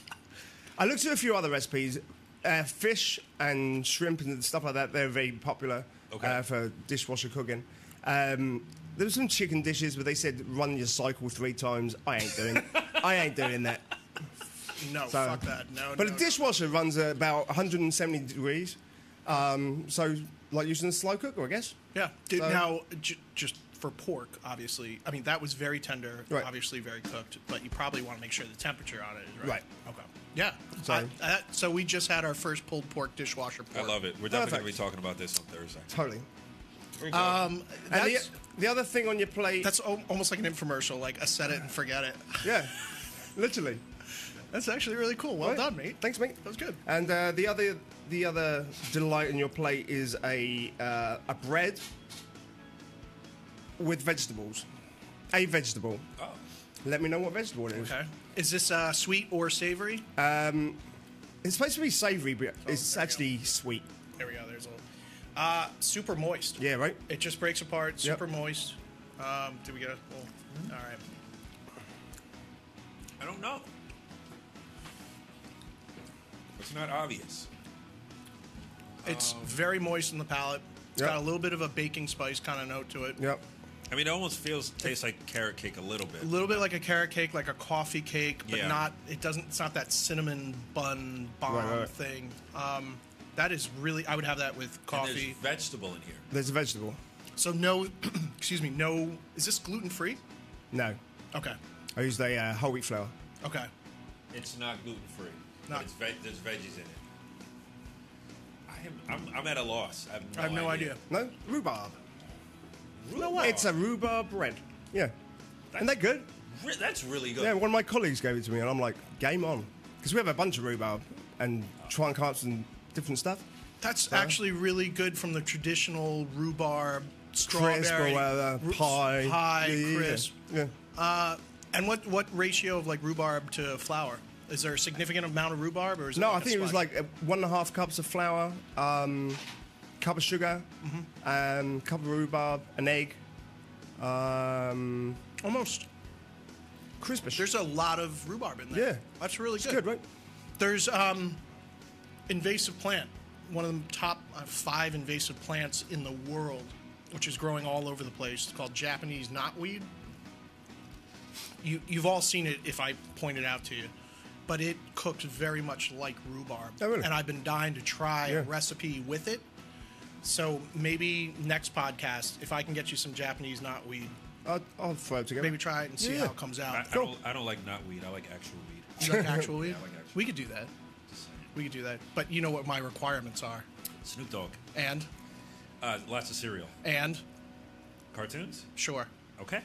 S2: I looked at a few other recipes. Uh, fish and shrimp and stuff like that, they're very popular
S4: Okay.
S2: uh, for dishwasher cooking. Um, there were some chicken dishes, but they said run your cycle three times. I ain't doing I ain't doing that.
S3: no,
S2: So-
S3: fuck that. No,
S2: But
S3: no,
S2: a dishwasher runs at about 170 degrees. Um, so, like using a slow cooker, I guess.
S3: no. Yeah. Dude,
S2: So-
S3: now, j- just for pork, obviously, I mean, that was very tender,
S2: Right.
S3: obviously very cooked, but you probably want to make sure the temperature on it is right.
S2: Right.
S3: Okay. Yeah.
S2: So-
S3: I- that- so we just had our first pulled pork dishwasher
S4: I
S3: pork.
S4: love it. We're definitely going to be
S2: Perfect.
S4: talking about this on Thursday.
S2: Totally.
S3: Um,
S2: And the,
S3: that's,
S2: the other thing on your plate.
S3: that's al- almost like an infomercial, like a set it and forget it.
S2: yeah, literally.
S3: That's actually really cool. Well
S2: Right.
S3: done, mate.
S2: Thanks, mate.
S3: That was good.
S2: And uh, the other the other delight on your plate is a uh, a bread with vegetables. A vegetable.
S4: Oh,
S2: Let me know what vegetable it is.
S3: Okay. Is this uh, sweet or savory?
S2: Uh, It's supposed to be savoury, but it's
S3: Oh, there you
S2: actually sweet.
S3: there we go. There's a little. Uh, super moist.
S2: Yeah, right.
S3: It just breaks apart.
S2: Yep.
S3: Super moist. Um, do we get a little? All right.
S4: I don't know. It's not obvious.
S3: It's very moist in the palate. It's
S2: Um, Yep.
S3: got a little bit of a baking spice kind of note to it.
S2: Yep.
S4: I mean, it almost feels tastes like carrot cake a little bit.
S3: A little bit like a carrot cake, like a coffee cake, but
S4: Yeah.
S3: not. It doesn't. It's not that cinnamon bun bomb
S2: Right, right.
S3: thing. Um, that is really. I would have that with
S4: And there's
S3: coffee.
S4: vegetable in here.
S2: There's a vegetable.
S3: So no. excuse me. No. Is this gluten free?
S2: No,
S3: Okay.
S2: I used a uh, whole wheat flour.
S3: Okay.
S4: It's not gluten free.
S3: Not-
S4: It's ve- there's veggies in it. I am, I'm, I'm at a loss. I have no,
S3: I have no idea.
S2: No rhubarb.
S4: No
S2: It's a rhubarb bread. Yeah. and they're good.
S4: Re- that's really good.
S2: Yeah, one of my colleagues gave it to me, and I'm like, game on, because we have a bunch of rhubarb and trying carps and different stuff.
S3: That's actually really good from the traditional rhubarb, strawberry,
S2: Crisp or whatever,
S3: ru-
S2: pie,
S3: pie
S2: Yeah, yeah, yeah.
S3: crisp.
S2: Yeah.
S3: And what what ratio of like rhubarb to flour? Is there a significant amount of rhubarb, or is it
S2: No,
S3: like
S2: I
S3: a
S2: think it was
S3: splash?
S2: like uh, one and a half cups of flour, um, cup of sugar,
S3: Mm-hmm.
S2: um, cup of rhubarb, an egg, um,
S3: almost.
S2: crispish.
S3: There's a lot of rhubarb in there.
S2: Yeah.
S3: that's really
S2: it's
S3: good.
S2: good, right?
S3: There's um, invasive plant, one of the top uh, five invasive plants in the world, which is growing all over the place. It's called Japanese knotweed. You you've all seen it if I point it out to you, but it cooks very much like rhubarb.
S2: Oh, really?
S3: And I've been dying to try a
S2: Yeah.
S3: recipe with it. So maybe next podcast, if I can get you some Japanese knotweed,
S2: I'll, I'll throw it together.
S3: maybe try it and see
S2: Yeah.
S3: how it comes out.
S4: I, I, don't, I don't like not weed. I like actual weed.
S3: You like actual weed?
S4: I like actual
S3: We could do that.
S4: Just saying.
S3: We could do that. But you know what my requirements are.
S4: Snoop Dogg.
S3: And,
S4: Uh, lots of cereal.
S3: and,
S4: Cartoons?
S3: sure.
S4: Okay.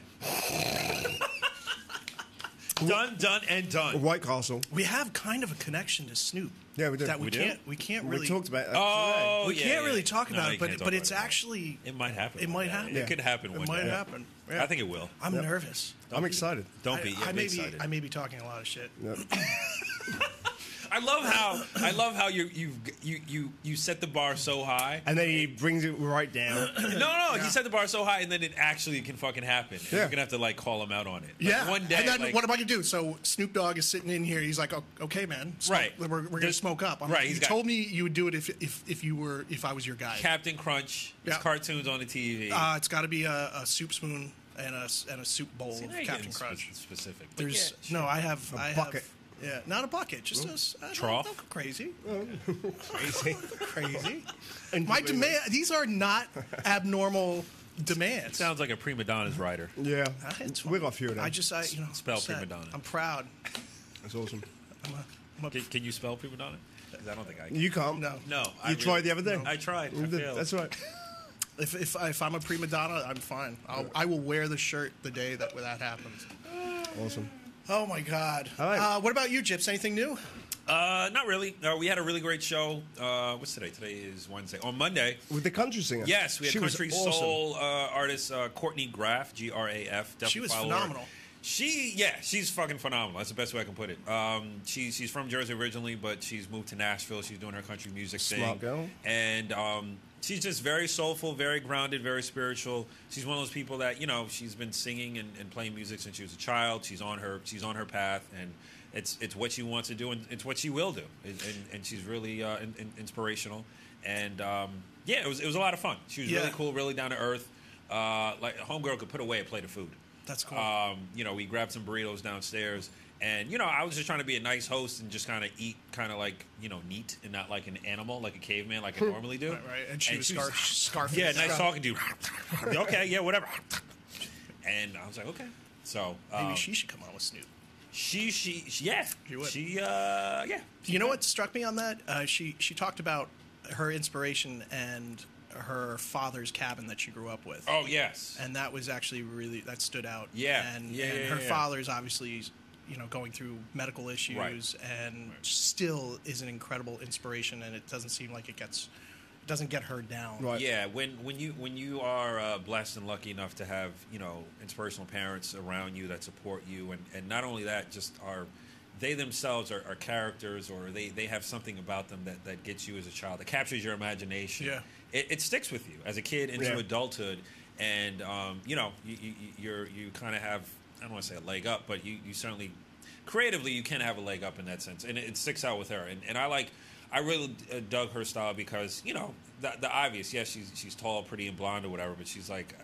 S4: done, done, and done.
S2: White Castle.
S3: We have kind of a connection to Snoop.
S2: Yeah, we do.
S3: That we,
S2: We
S4: do?
S3: can't. We can't really.
S2: We talked about that
S4: Oh,
S3: We
S4: yeah,
S3: can't
S4: yeah.
S3: really talk
S4: No,
S3: about
S4: you
S3: it, but
S4: can't talk
S3: but
S4: about
S3: it's
S4: it.
S3: actually.
S4: It might happen.
S3: It might happen.
S4: It could happen.
S3: It
S4: one
S3: might
S4: day.
S3: happen.
S4: I think it will.
S3: I'm nervous.
S2: I'm excited.
S4: Don't be.
S3: I-
S4: Yeah,
S3: I
S4: be
S3: may be.
S4: excited.
S3: I may be talking a lot of shit.
S4: I love how I love how you you you you you set the bar so high.
S2: And then he brings it right down.
S4: No, no, he set the bar so high, and then it actually can fucking happen. And
S2: Yeah.
S4: You're gonna have to like call him out on it. Like,
S3: Yeah.
S4: one day.
S3: And then
S4: like-
S3: what am I gonna do? So Snoop Dogg is sitting in here. He's like, "Oh, "Okay, man. smoke-
S4: Right.
S3: We're, we're gonna
S4: There's-
S3: smoke up." I'm
S4: right,
S3: Like,
S4: he's
S3: you
S4: got-
S3: told me you would do it if if if you were if I was your guy.
S4: Captain Crunch.
S3: Yeah.
S4: It's cartoons on the TV.
S3: Uh, it's got to be a, a soup spoon and a s- and a soup bowl
S4: See, now
S3: of
S4: you're
S3: Captain
S4: getting
S3: Crunch.
S4: spe- specific. But
S3: There's
S4: yeah,
S3: no. I have
S2: A
S3: I have-
S2: bucket.
S3: yeah, not a bucket. Just a s- I don't-
S4: Trough?
S3: Don't go crazy.
S2: Crazy.
S3: Crazy. My demand. These are not abnormal demands.
S4: sounds like a prima donna's rider.
S2: Yeah.
S3: Ah, it's fine.
S2: We've got a few of them.
S3: I just I you know
S4: Spell
S3: upset.
S4: prima donna.
S3: I'm proud.
S2: That's awesome.
S3: I'm a, I'm a
S4: Can, can you spell prima donna? 'Cause I don't think I can.
S2: You can't.
S3: No.
S4: no,
S2: You
S4: Oh, I
S2: tried
S4: really-
S2: the other day.
S4: I tried. I failed.
S2: That's right.
S3: If, if, if I'm a prima donna, I'm fine. I'll, I will wear the shirt the day that that happens.
S2: Awesome.
S3: Oh my God!
S2: All right.
S3: Uh, what about you, Gyps? Anything new?
S4: Uh, not really. No, we had a really great show. Uh, what's today? Today is Wednesday. On Monday,
S2: With the country singer.
S4: Yes, we had
S2: She was
S4: country
S2: awesome.
S4: soul uh, artist uh, Courtney Graff, G R A F.
S3: She was phenomenal.
S4: She, yeah, she's fucking phenomenal. That's the best way I can put it. Um, she, she's from Jersey originally, but she's moved to Nashville. She's doing her country music thing.
S2: Smart girl.
S4: And um, she's just very soulful, very grounded, very spiritual. She's one of those people that, you know, she's been singing and, and playing music since she was a child. She's on her, she's on her path, and it's, it's what she wants to do, and it's what she will do. And, and, and she's really uh, in, in, inspirational. And um, yeah, it was, it was a lot of fun. She was really
S3: Yeah.
S4: cool, really down to earth. Uh, like, homegirl could put away a plate of food
S3: That's cool.
S4: um, you know, we grabbed some burritos downstairs, and you know, I was just trying to be a nice host and just kind of eat, kind of like you know, neat and not like an animal, like a caveman, like I normally do.
S3: Right, right. And she was scar- scarfing
S4: Yeah,
S3: it
S4: nice
S3: down.
S4: talking to you. okay, yeah, whatever. And I was like, okay. So um,
S3: Maybe she should come on with Snoop.
S4: she, she, she, yeah,
S3: She would.
S4: she, uh, yeah.
S3: You know what struck me on that? Uh, she she talked about her inspiration and her father's cabin that she grew up with,
S4: Oh yes.
S3: and that was actually really that stood out.
S4: Yeah,
S3: and,
S4: yeah,
S3: and
S4: yeah,
S3: her
S4: yeah.
S3: father's obviously, you know, going through medical issues, and still is an incredible inspiration, and it doesn't seem like it gets it doesn't get her down.
S2: Right.
S4: Yeah, when when you when you are uh, blessed and lucky enough to have you know inspirational parents around you that support you, and and not only that, just are they themselves are, are characters or they they have something about them that that gets you as a child that captures your imagination.
S3: Yeah.
S4: it, it sticks with you as a kid into
S2: Yeah.
S4: adulthood, and um, you know you, you you- you're you kind of have I don't want to say a leg up, but you you certainly creatively you can have a leg up in that sense, and it, it sticks out with her. And, and I like I really uh, dug her style because you know the, the obvious. Yes, she's she's tall, pretty, and blonde or whatever, but she's like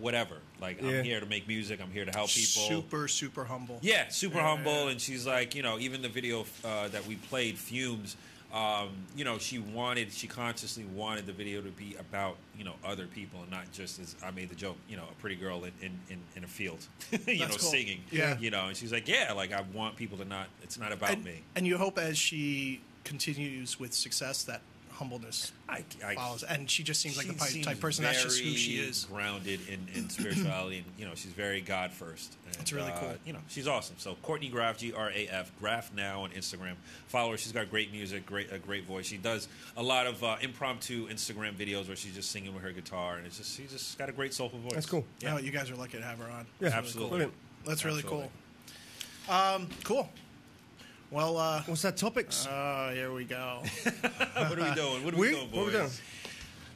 S4: whatever. Like
S2: Yeah.
S4: I'm here to make music. I'm here to help people.
S3: Super super humble.
S4: Yeah, super humble, and she's like, you know, even the video uh, that we played, Fumes. Um, you know, she wanted, she consciously wanted the video to be about, you know, other people and not just as I made the joke, you know, a pretty girl in in, in, in a field, you know,
S3: cool.
S4: singing.
S3: Yeah.
S4: You know, and she's like, yeah, like I want people to not. It's not about
S3: and,
S4: me.
S3: and you hope as she continues with success that humbleness
S4: I, I
S3: follows, and she just seems like the
S4: she
S3: type,
S4: seems
S3: type person. That's just who she
S4: very
S3: is.
S4: Grounded in, in spirituality, and you know, she's very God first. And,
S3: That's really
S4: uh,
S3: cool.
S4: you know, she's awesome. So Courtney Graf, G R A F, Graf now on Instagram. Follow her. She's got great music, great a great voice. She does a lot of uh, impromptu Instagram videos where she's just singing with her guitar, and it's just she's just got a great soulful voice.
S2: That's cool.
S3: Yeah, you guys are lucky to have her on.
S2: Yeah.
S4: Absolutely.
S2: Brilliant.
S3: That's really
S4: Absolutely.
S3: cool. Um, cool. Well, uh,
S2: What's that topics?
S3: uh, here we go.
S4: what are we doing? What are we,
S2: we,
S4: doing,
S2: what
S4: boys?
S2: we doing?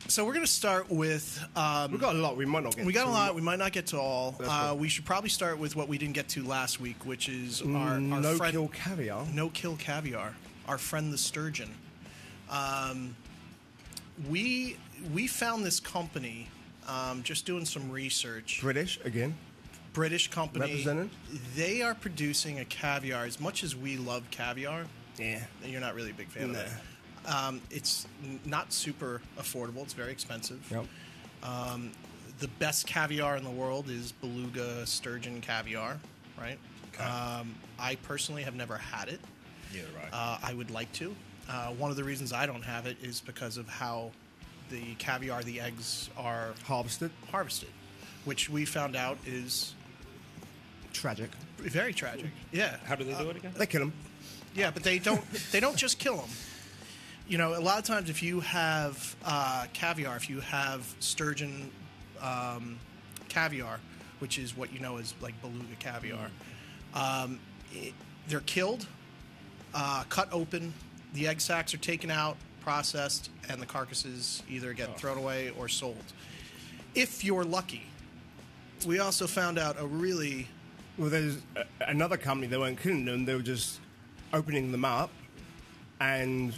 S3: so we're gonna start with. Um,
S2: We've got a lot. We might not get.
S3: we got
S2: to.
S3: a lot. We might not get to all.
S2: That's
S3: Uh,
S2: cool.
S3: we should probably start with what we didn't get to last week, which is our, our
S2: Mm, No
S3: friend
S2: kill caviar.
S3: No Kill Caviar, our friend the sturgeon. Um, we we found this company um, just doing some research.
S2: British again.
S3: British company.
S2: Represented?
S3: They are producing a caviar. As much as we love caviar,
S2: Yeah.
S3: you're not really a big fan
S2: Nah.
S3: of it. Um, it's n- not super affordable. It's very expensive.
S2: Yep.
S3: The best caviar in the world is beluga sturgeon caviar, right? Um, I personally have never had it.
S4: Yeah, right.
S3: Uh, I would like to. Uh, one of the reasons I don't have it is because of how the caviar, the eggs are
S2: Harvested.
S3: harvested, which we found out is
S2: Tragic.
S3: very tragic. Yeah.
S4: How do they do it again?
S2: They kill them.
S3: Yeah, but they don't. They don't just kill them. You know, a lot of times if you have uh, caviar, if you have sturgeon um, caviar, which is what you know as like beluga caviar, um, it, they're killed, uh, cut open, the egg sacs are taken out, processed, and the carcasses either get thrown away or sold. If you're lucky, we also found out a really
S2: Well, there's a, another company. They weren't killing them. They were just opening them up, and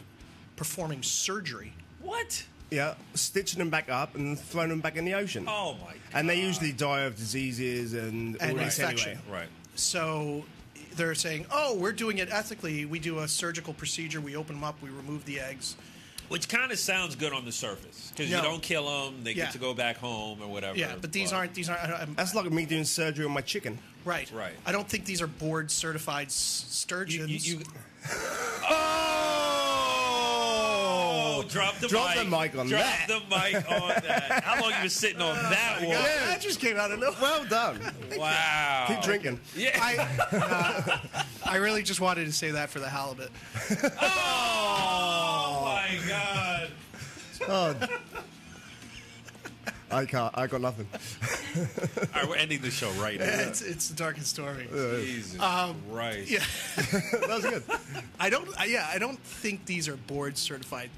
S3: performing surgery.
S4: What?
S2: yeah, stitching them back up and throwing them back in the ocean.
S4: Oh my!
S2: And they
S4: God.
S2: usually die of diseases and, all
S3: And
S2: this
S3: infection.
S2: anyway.
S4: right.
S3: So they're saying, oh, we're doing it ethically. We do a surgical procedure. We open them up. We remove the eggs.
S4: Which kind of sounds good on the surface because
S3: No.
S4: you don't kill them; they
S3: Yeah.
S4: get to go back home or whatever.
S3: Yeah, but these aren't. These aren't. I don't- I'm,
S2: That's like me doing surgery on my chicken.
S3: right.
S4: Right.
S3: I don't think these are board certified s- sturgeons.
S4: You, you, oh! Drop the
S2: Drop the
S4: mic.
S2: mic on
S4: Drop
S2: that.
S4: the mic on that. How long you been sitting on that one?
S2: Yeah.
S3: that just came out of nowhere.
S2: Well done.
S4: Wow.
S2: Keep drinking.
S4: Yeah.
S3: I, uh, I really just wanted to say that for the halibut.
S4: oh my God.
S2: Oh, I can't. I got nothing.
S4: All right, we're ending the show right now.
S3: It's, it's the darkest story.
S4: Jesus Christ.
S3: Yeah.
S2: that was good.
S3: I don't. I, yeah, I don't think these are board certified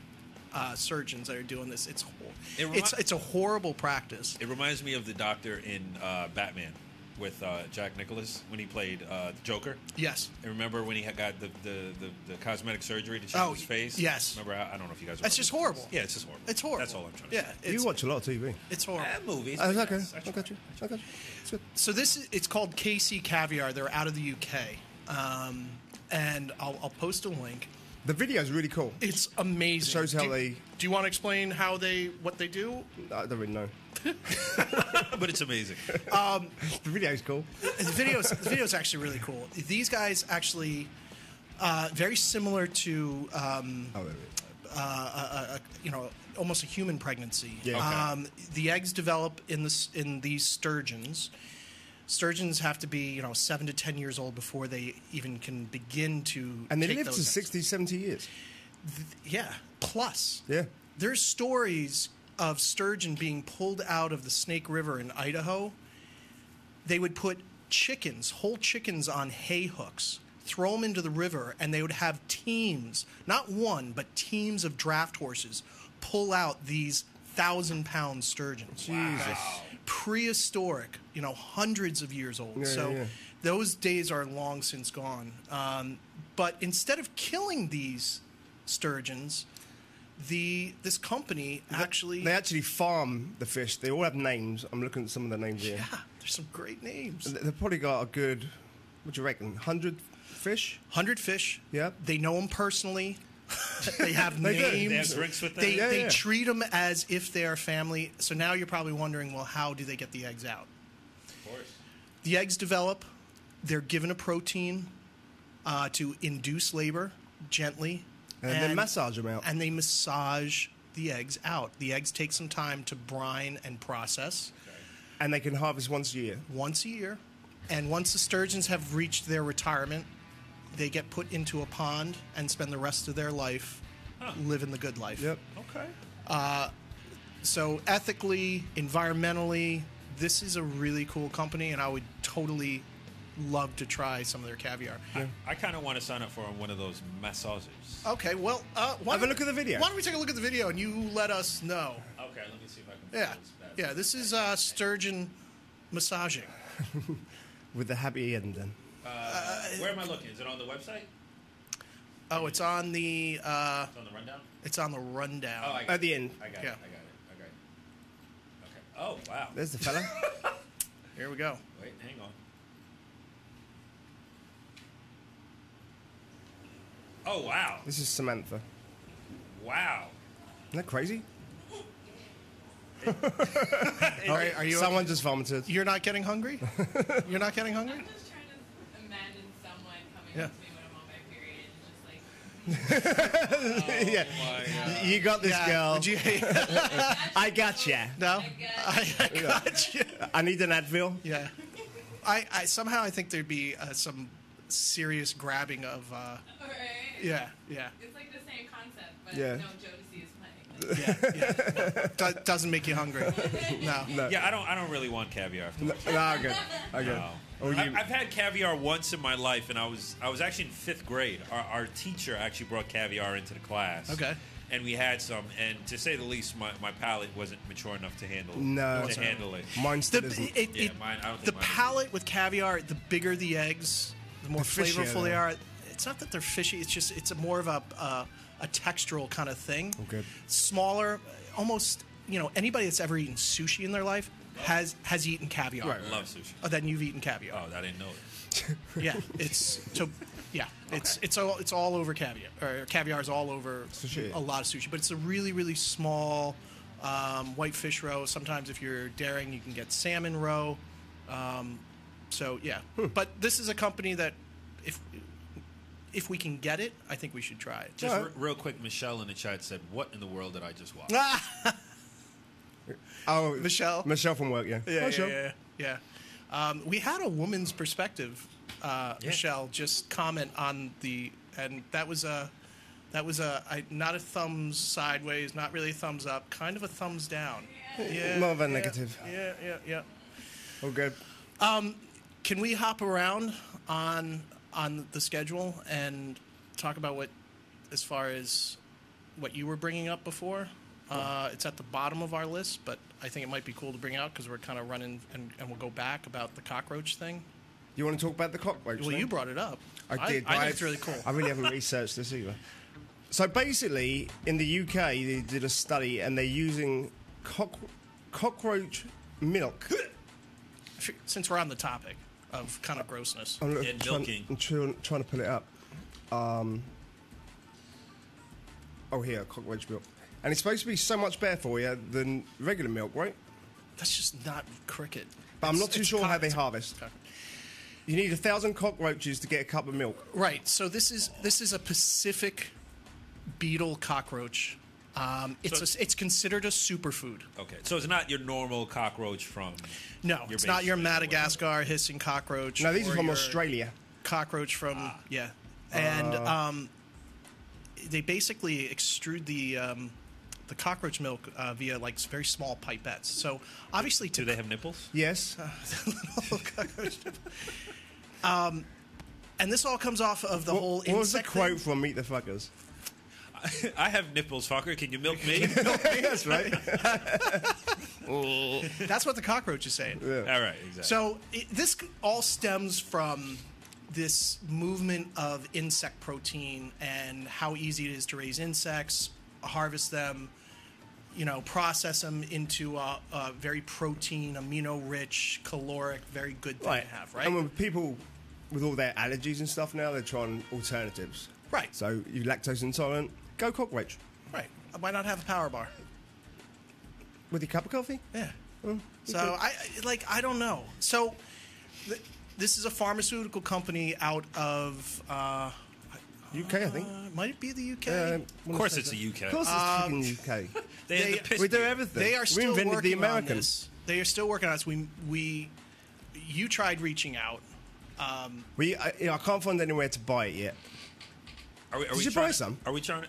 S3: uh, surgeons that are doing this. It's hor-
S4: It remi-
S3: it's it's a horrible practice.
S4: It reminds me of the doctor in uh, Batman with uh, Jack Nicholas when he played uh, Joker.
S3: Yes.
S4: And remember when he had got the, the, the, the cosmetic surgery to change
S3: Oh,
S4: his face?
S3: yes.
S4: Remember? I, I don't know if you guys.
S3: That's just
S4: remember this.
S3: horrible.
S4: Yeah, it's just horrible.
S3: It's horrible.
S4: That's all I'm trying to
S3: Yeah,
S4: say.
S3: it's,
S2: you watch a lot of TV.
S3: it's horrible.
S4: That movie.
S2: Oh,
S4: It's
S2: it's
S4: like,
S2: okay.
S4: yes,
S2: I got you. I got you. It's good.
S3: So this is, it's called KC Caviar. They're out of the UK, um, and I'll, I'll post a link.
S2: The video's really cool.
S3: It's amazing.
S2: shows how
S3: do,
S2: they-
S3: Do you want to explain how they what they do?
S2: I don't really know.
S4: but it's amazing.
S2: The video's cool.
S3: the video's the video's actually really cool. These guys actually uh, very similar to um, uh,
S2: Oh, wait, wait.
S3: you know almost a human pregnancy.
S2: Yeah. Okay.
S3: Um, the eggs develop in this in these sturgeons. Sturgeons have to be you know seven to ten years old before they even can begin to.
S2: And they
S3: take
S2: live to
S3: those eggs.
S2: 60, 70 years.
S3: Yeah, plus.
S2: Yeah.
S3: There's stories of sturgeon being pulled out of the Snake River in Idaho. They would put chickens, whole chickens, on hay hooks, throw them into the river, and they would have teams, not one, but teams of draft horses pull out these thousand pound sturgeons. Jesus. Prehistoric, you know, hundreds of years old.
S2: Yeah,
S3: so
S2: yeah, yeah.
S3: those days are long since gone. Um, but instead of killing these sturgeons, the this company actually
S2: They actually farm the fish. They all have names. I'm looking at some of the names here.
S3: yeah, there's some great names.
S2: They- They've probably got a good, what do you reckon, 100 fish?
S3: Hundred Fish.
S2: Yep.
S3: They know them personally. they have
S2: They do. They
S3: names.
S4: have drinks with them.
S3: They,
S2: Yeah,
S3: they
S2: yeah.
S3: treat them as if they are family. So now you're probably wondering, well, how do they get the eggs out?
S4: of course.
S3: The eggs develop. They're given a protein uh, to induce labor gently,
S2: And then massage 'em out.
S3: And they massage the eggs out. The eggs take some time to brine and process
S2: And they can harvest once a year.
S3: once a year. And once the sturgeons have reached their retirement, they get put into a pond and spend the rest of their life living the good life.
S2: Yep.
S4: Okay.
S3: So ethically, environmentally, this is a really cool company, and I would totally love to try some of their caviar.
S4: I kind of want to sign up for one of those massagers.
S3: Okay, well, uh, why
S2: Have a
S3: don't-
S2: look at the video.
S3: Why don't we take a look at the video and you let us know?
S4: Okay, let me see if I can.
S3: Yeah, yeah. This is uh, sturgeon massaging.
S2: With the happy ending.
S4: Where am I looking? Is it on the website?
S3: Oh, it's on the uh,
S4: It's on the rundown.
S3: it's on the rundown.
S4: Oh, I got
S2: At
S4: it.
S2: the end.
S4: I got
S3: Yeah.
S4: it. I got it. I got it. Okay. Oh wow.
S2: There's the fella.
S3: Here we go.
S4: Wait, hang on. Oh wow!
S2: this is Samantha. Isn't
S4: Wow.
S2: that crazy?
S3: All right, are you? Oh
S2: Someone just vomited.
S3: You're not getting hungry. You're not getting hungry.
S5: I'm just trying to imagine someone coming
S3: Yeah.
S5: up to me when I'm on my period and just like,
S2: yeah.
S4: My, uh,
S2: You got this
S3: Yeah,
S2: girl.
S3: Would you?
S2: I got ya.
S3: no.
S5: I
S3: I,
S5: guess.
S3: I got you.
S2: I need an Advil.
S3: Yeah. I, I somehow I think there'd be uh, some serious grabbing of. Uh,
S5: All right.
S3: yeah. Yeah.
S5: It's like the same concept, but
S2: Yeah.
S5: no Jodeci is playing.
S3: Yeah. yeah. Do- doesn't make you hungry. No.
S4: yeah, I don't. I don't really want caviar. After
S2: No,
S4: watching
S2: no, good. Okay.
S4: No.
S2: Or
S4: I,
S2: Oh, you-
S4: I've had caviar once in my life, and I was I was actually in fifth grade. Our, our teacher actually brought caviar into the class.
S3: Okay.
S4: And we had some, and to say the least, my, my palate wasn't mature enough to handle
S2: No.
S4: to handle it.
S2: Mine
S3: The,
S2: still
S3: it,
S2: isn't.
S3: it,
S4: Yeah, mine- I don't think
S3: the
S4: mine is.
S3: palate with caviar, the bigger the eggs, the more
S2: fishier
S3: flavorful
S2: they
S3: they
S2: are.
S3: are. It's not that they're fishy. It's just it's a more of a uh, a textural kind of thing.
S2: Okay.
S3: Smaller, almost. You know, anybody that's ever eaten sushi in their life has has eaten caviar.
S4: I love sushi.
S3: Uh, then you've eaten caviar.
S4: Oh, I didn't know it.
S3: Yeah, it's so. Yeah, it's it's all it's all over caviar. Or caviar is all over
S2: Sushi.
S3: a lot of sushi, but it's a really really small um, white fish roe. Sometimes if you're daring, you can get salmon roe. Um, so yeah, but this is a company that if if we can get it, I think we should try it.
S4: Just
S2: All
S4: re-
S2: right.
S4: real quick, Michelle in the chat said, "What in the world did I just watch?"
S3: Ah!
S2: Oh,
S3: Michelle.
S2: Michelle from work, yeah.
S3: yeah,
S2: Michelle.
S3: yeah, yeah. yeah. Um, we had a woman's perspective, uh, Michelle, just comment on the, and that was a, that was a, I, not a thumbs sideways, not really a thumbs up, kind of a thumbs down. Yeah,
S2: More than
S3: yeah,
S2: negative.
S3: Yeah, yeah, yeah.
S2: All good.
S3: Can we hop around on on the schedule and talk about what, as far as what you were bringing up before? Uh, it's at the bottom of our list, but I think it might be cool to bring out because we're kind of running and, and we'll go back about the cockroach thing.
S2: You want to talk about the cockroach?
S3: Well,
S2: then?
S3: you brought it up.
S2: I did.
S3: I,
S2: but
S3: think it's really cool.
S2: I really haven't researched this either. So basically, in the UK, they did a study and they're using cock- cockroach milk.
S3: Since we're on the topic of kind of grossness,
S2: I'm look-
S4: And
S2: trying,
S4: milking.
S2: I'm trying, trying to pull it up. Um, oh, here, cockroach milk. And it's supposed to be so much better for you than regular milk, right?
S3: that's just not cricket.
S2: But I'm
S3: It's-
S2: not too
S3: it's
S2: sure how
S3: cock-
S2: they
S3: it's a-
S2: harvest.
S3: cockroach.
S2: You need a thousand cockroaches to get a cup of milk.
S3: Right. So this is this is a Pacific beetle cockroach. Um, it's a, it's considered a superfood.
S4: Okay, so it's not your normal cockroach from.
S3: No,
S4: Your
S3: it's not
S4: base
S3: your
S4: thing or whatever.
S3: Madagascar hissing cockroach.
S2: No, these
S3: or
S2: are from
S3: your
S2: Australia.
S3: Cockroach from
S4: Ah.
S3: yeah, and
S2: Uh.
S3: um, they basically extrude the um, the cockroach milk uh, via like very small pipettes. So obviously, to
S4: Do they have nipples?
S2: Yes.
S3: and this all comes off of the
S2: What-
S3: whole.
S2: what was the
S3: insect
S2: quote
S3: thing.
S2: from Meet the Fuckers?
S4: I have nipples, fucker. Can you milk me?
S2: That's right.
S3: That's what the cockroach is saying.
S4: All right, exactly.
S3: So it, this c- all stems from this movement of insect protein and how easy it is to raise insects, harvest them, you know, process them into a, a very protein, amino-rich, caloric, very good thing to have, right?
S2: And when people with all their allergies and stuff now, they're trying alternatives.
S3: Right.
S2: So you lactose intolerant, go cockroach
S3: right. Why not have a power bar?
S2: with your cup of coffee.
S3: Yeah.
S2: Mm-hmm.
S3: So I I- like I don't know. So th- this is a pharmaceutical company out of uh,
S2: UK, I think. Uh,
S3: might it be the UK?
S2: of
S4: course it's the UK.
S2: Of course it's fucking UK.
S4: they, had
S3: they-
S4: the piss
S2: We do
S4: me.
S2: everything.
S3: They are
S2: we
S3: still
S2: invented
S3: working
S2: the American.
S3: on this. They are still working on this. We we you tried reaching out. Um,
S2: We, I, you know, I can't find anywhere to buy it yet.
S4: Are we, are
S2: Did
S4: we
S2: you
S4: trying
S2: buy
S4: to-
S2: some?
S4: Are we trying to?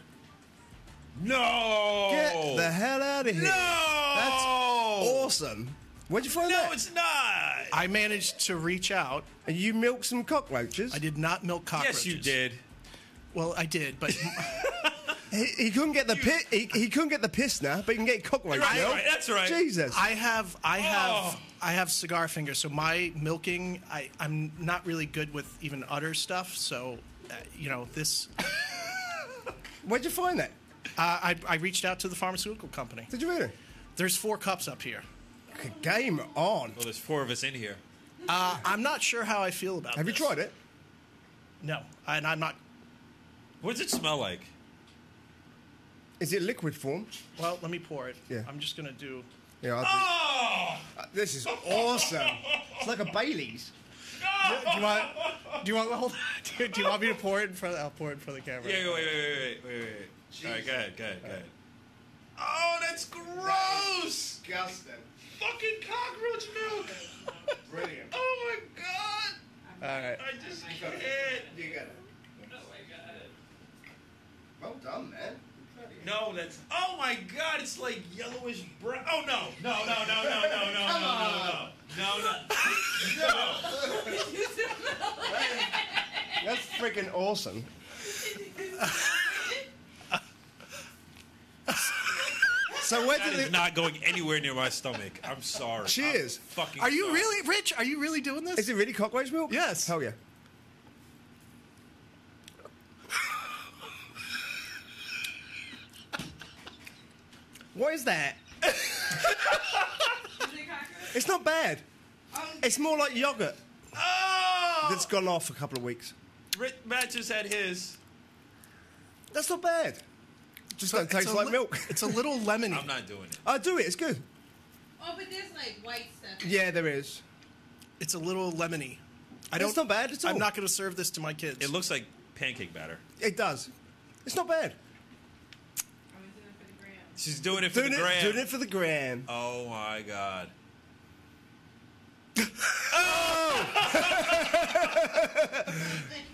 S4: No.
S2: Get the hell out of here.
S4: Oh. No.
S2: That's awesome. Ah, Where'd you find
S4: No,
S2: that?
S4: it's not.
S3: I managed to reach out.
S2: And you milk some cockroaches.
S3: I did not milk cockroaches.
S4: Yes, you did.
S3: Well, I did, but
S2: He, he couldn't get the pi- he, he couldn't get the piss now, but he can get cockroach
S4: Right,
S2: milk.
S4: right, that's right.
S2: Jesus.
S3: I have I have
S4: Oh.
S3: I have cigar fingers. So my milking, I I'm not really good with even udder stuff. So uh, you know this.
S2: Where'd you find that?
S3: I I I reached out to the pharmaceutical company.
S2: Did you read it?
S3: There's four cups up here.
S2: Okay, Game on.
S4: Well, there's four of us in here.
S3: Uh, I'm not sure how I feel about.
S2: Have you
S3: this.
S2: tried it?
S3: No, and I'm not
S4: What does it smell like?
S2: Is it liquid form?
S3: Well, let me pour it.
S2: Yeah.
S3: I'm just gonna do.
S2: Yeah. I'll do-
S4: Oh.
S2: This is awesome. It's like a Bailey's.
S3: Do you want? Do you want? Hold on. Do, do you want me to pour it in front? I'll pour it for the camera.
S4: Yeah. Wait. Wait. Wait. Wait. Wait. Wait. wait. All right. Go ahead. Go ahead. Go ahead. Oh, that's gross.
S2: Disgusting.
S4: Fucking cockroach milk.
S2: Brilliant.
S4: Oh my god.
S3: All right.
S4: I just can't.
S2: You got it. Well done, man.
S4: No, that's. Oh my God! It's like yellowish brown. Oh no! No! No! No! No! No! No! No! No! No! No! No!
S2: That's freaking awesome. so where
S4: That
S2: did
S4: is
S2: it?
S4: not going anywhere near my stomach. I'm sorry.
S2: Cheers.
S4: I'm fucking.
S3: Are you
S4: sorry.
S3: really, Rich? Are you really doing this?
S2: Is it really cockroach milk?
S3: Yes.
S2: Hell yeah. what is that? It's not bad. It's more like yogurt
S4: Oh!
S2: that's gone off a couple of weeks.
S4: Rich, Matt just had his.
S2: That's not bad. Just don't
S3: It's
S2: taste
S3: a
S2: like
S3: li-
S2: milk. Um,
S3: It's a little lemony.
S4: I'm not doing it.
S2: I do it. It's good.
S5: Oh, but there's like white stuff.
S2: Yeah, there is.
S3: It's a little lemony. I
S2: It's
S3: don't.
S2: not bad at all.
S3: I'm not gonna serve this to my kids.
S4: It looks like pancake batter.
S2: It does. It's not bad.
S5: I'm gonna do it for the gram.
S4: She's doing it for
S2: Doing
S4: the gram.
S2: it, doing it for the gram.
S4: Oh my God.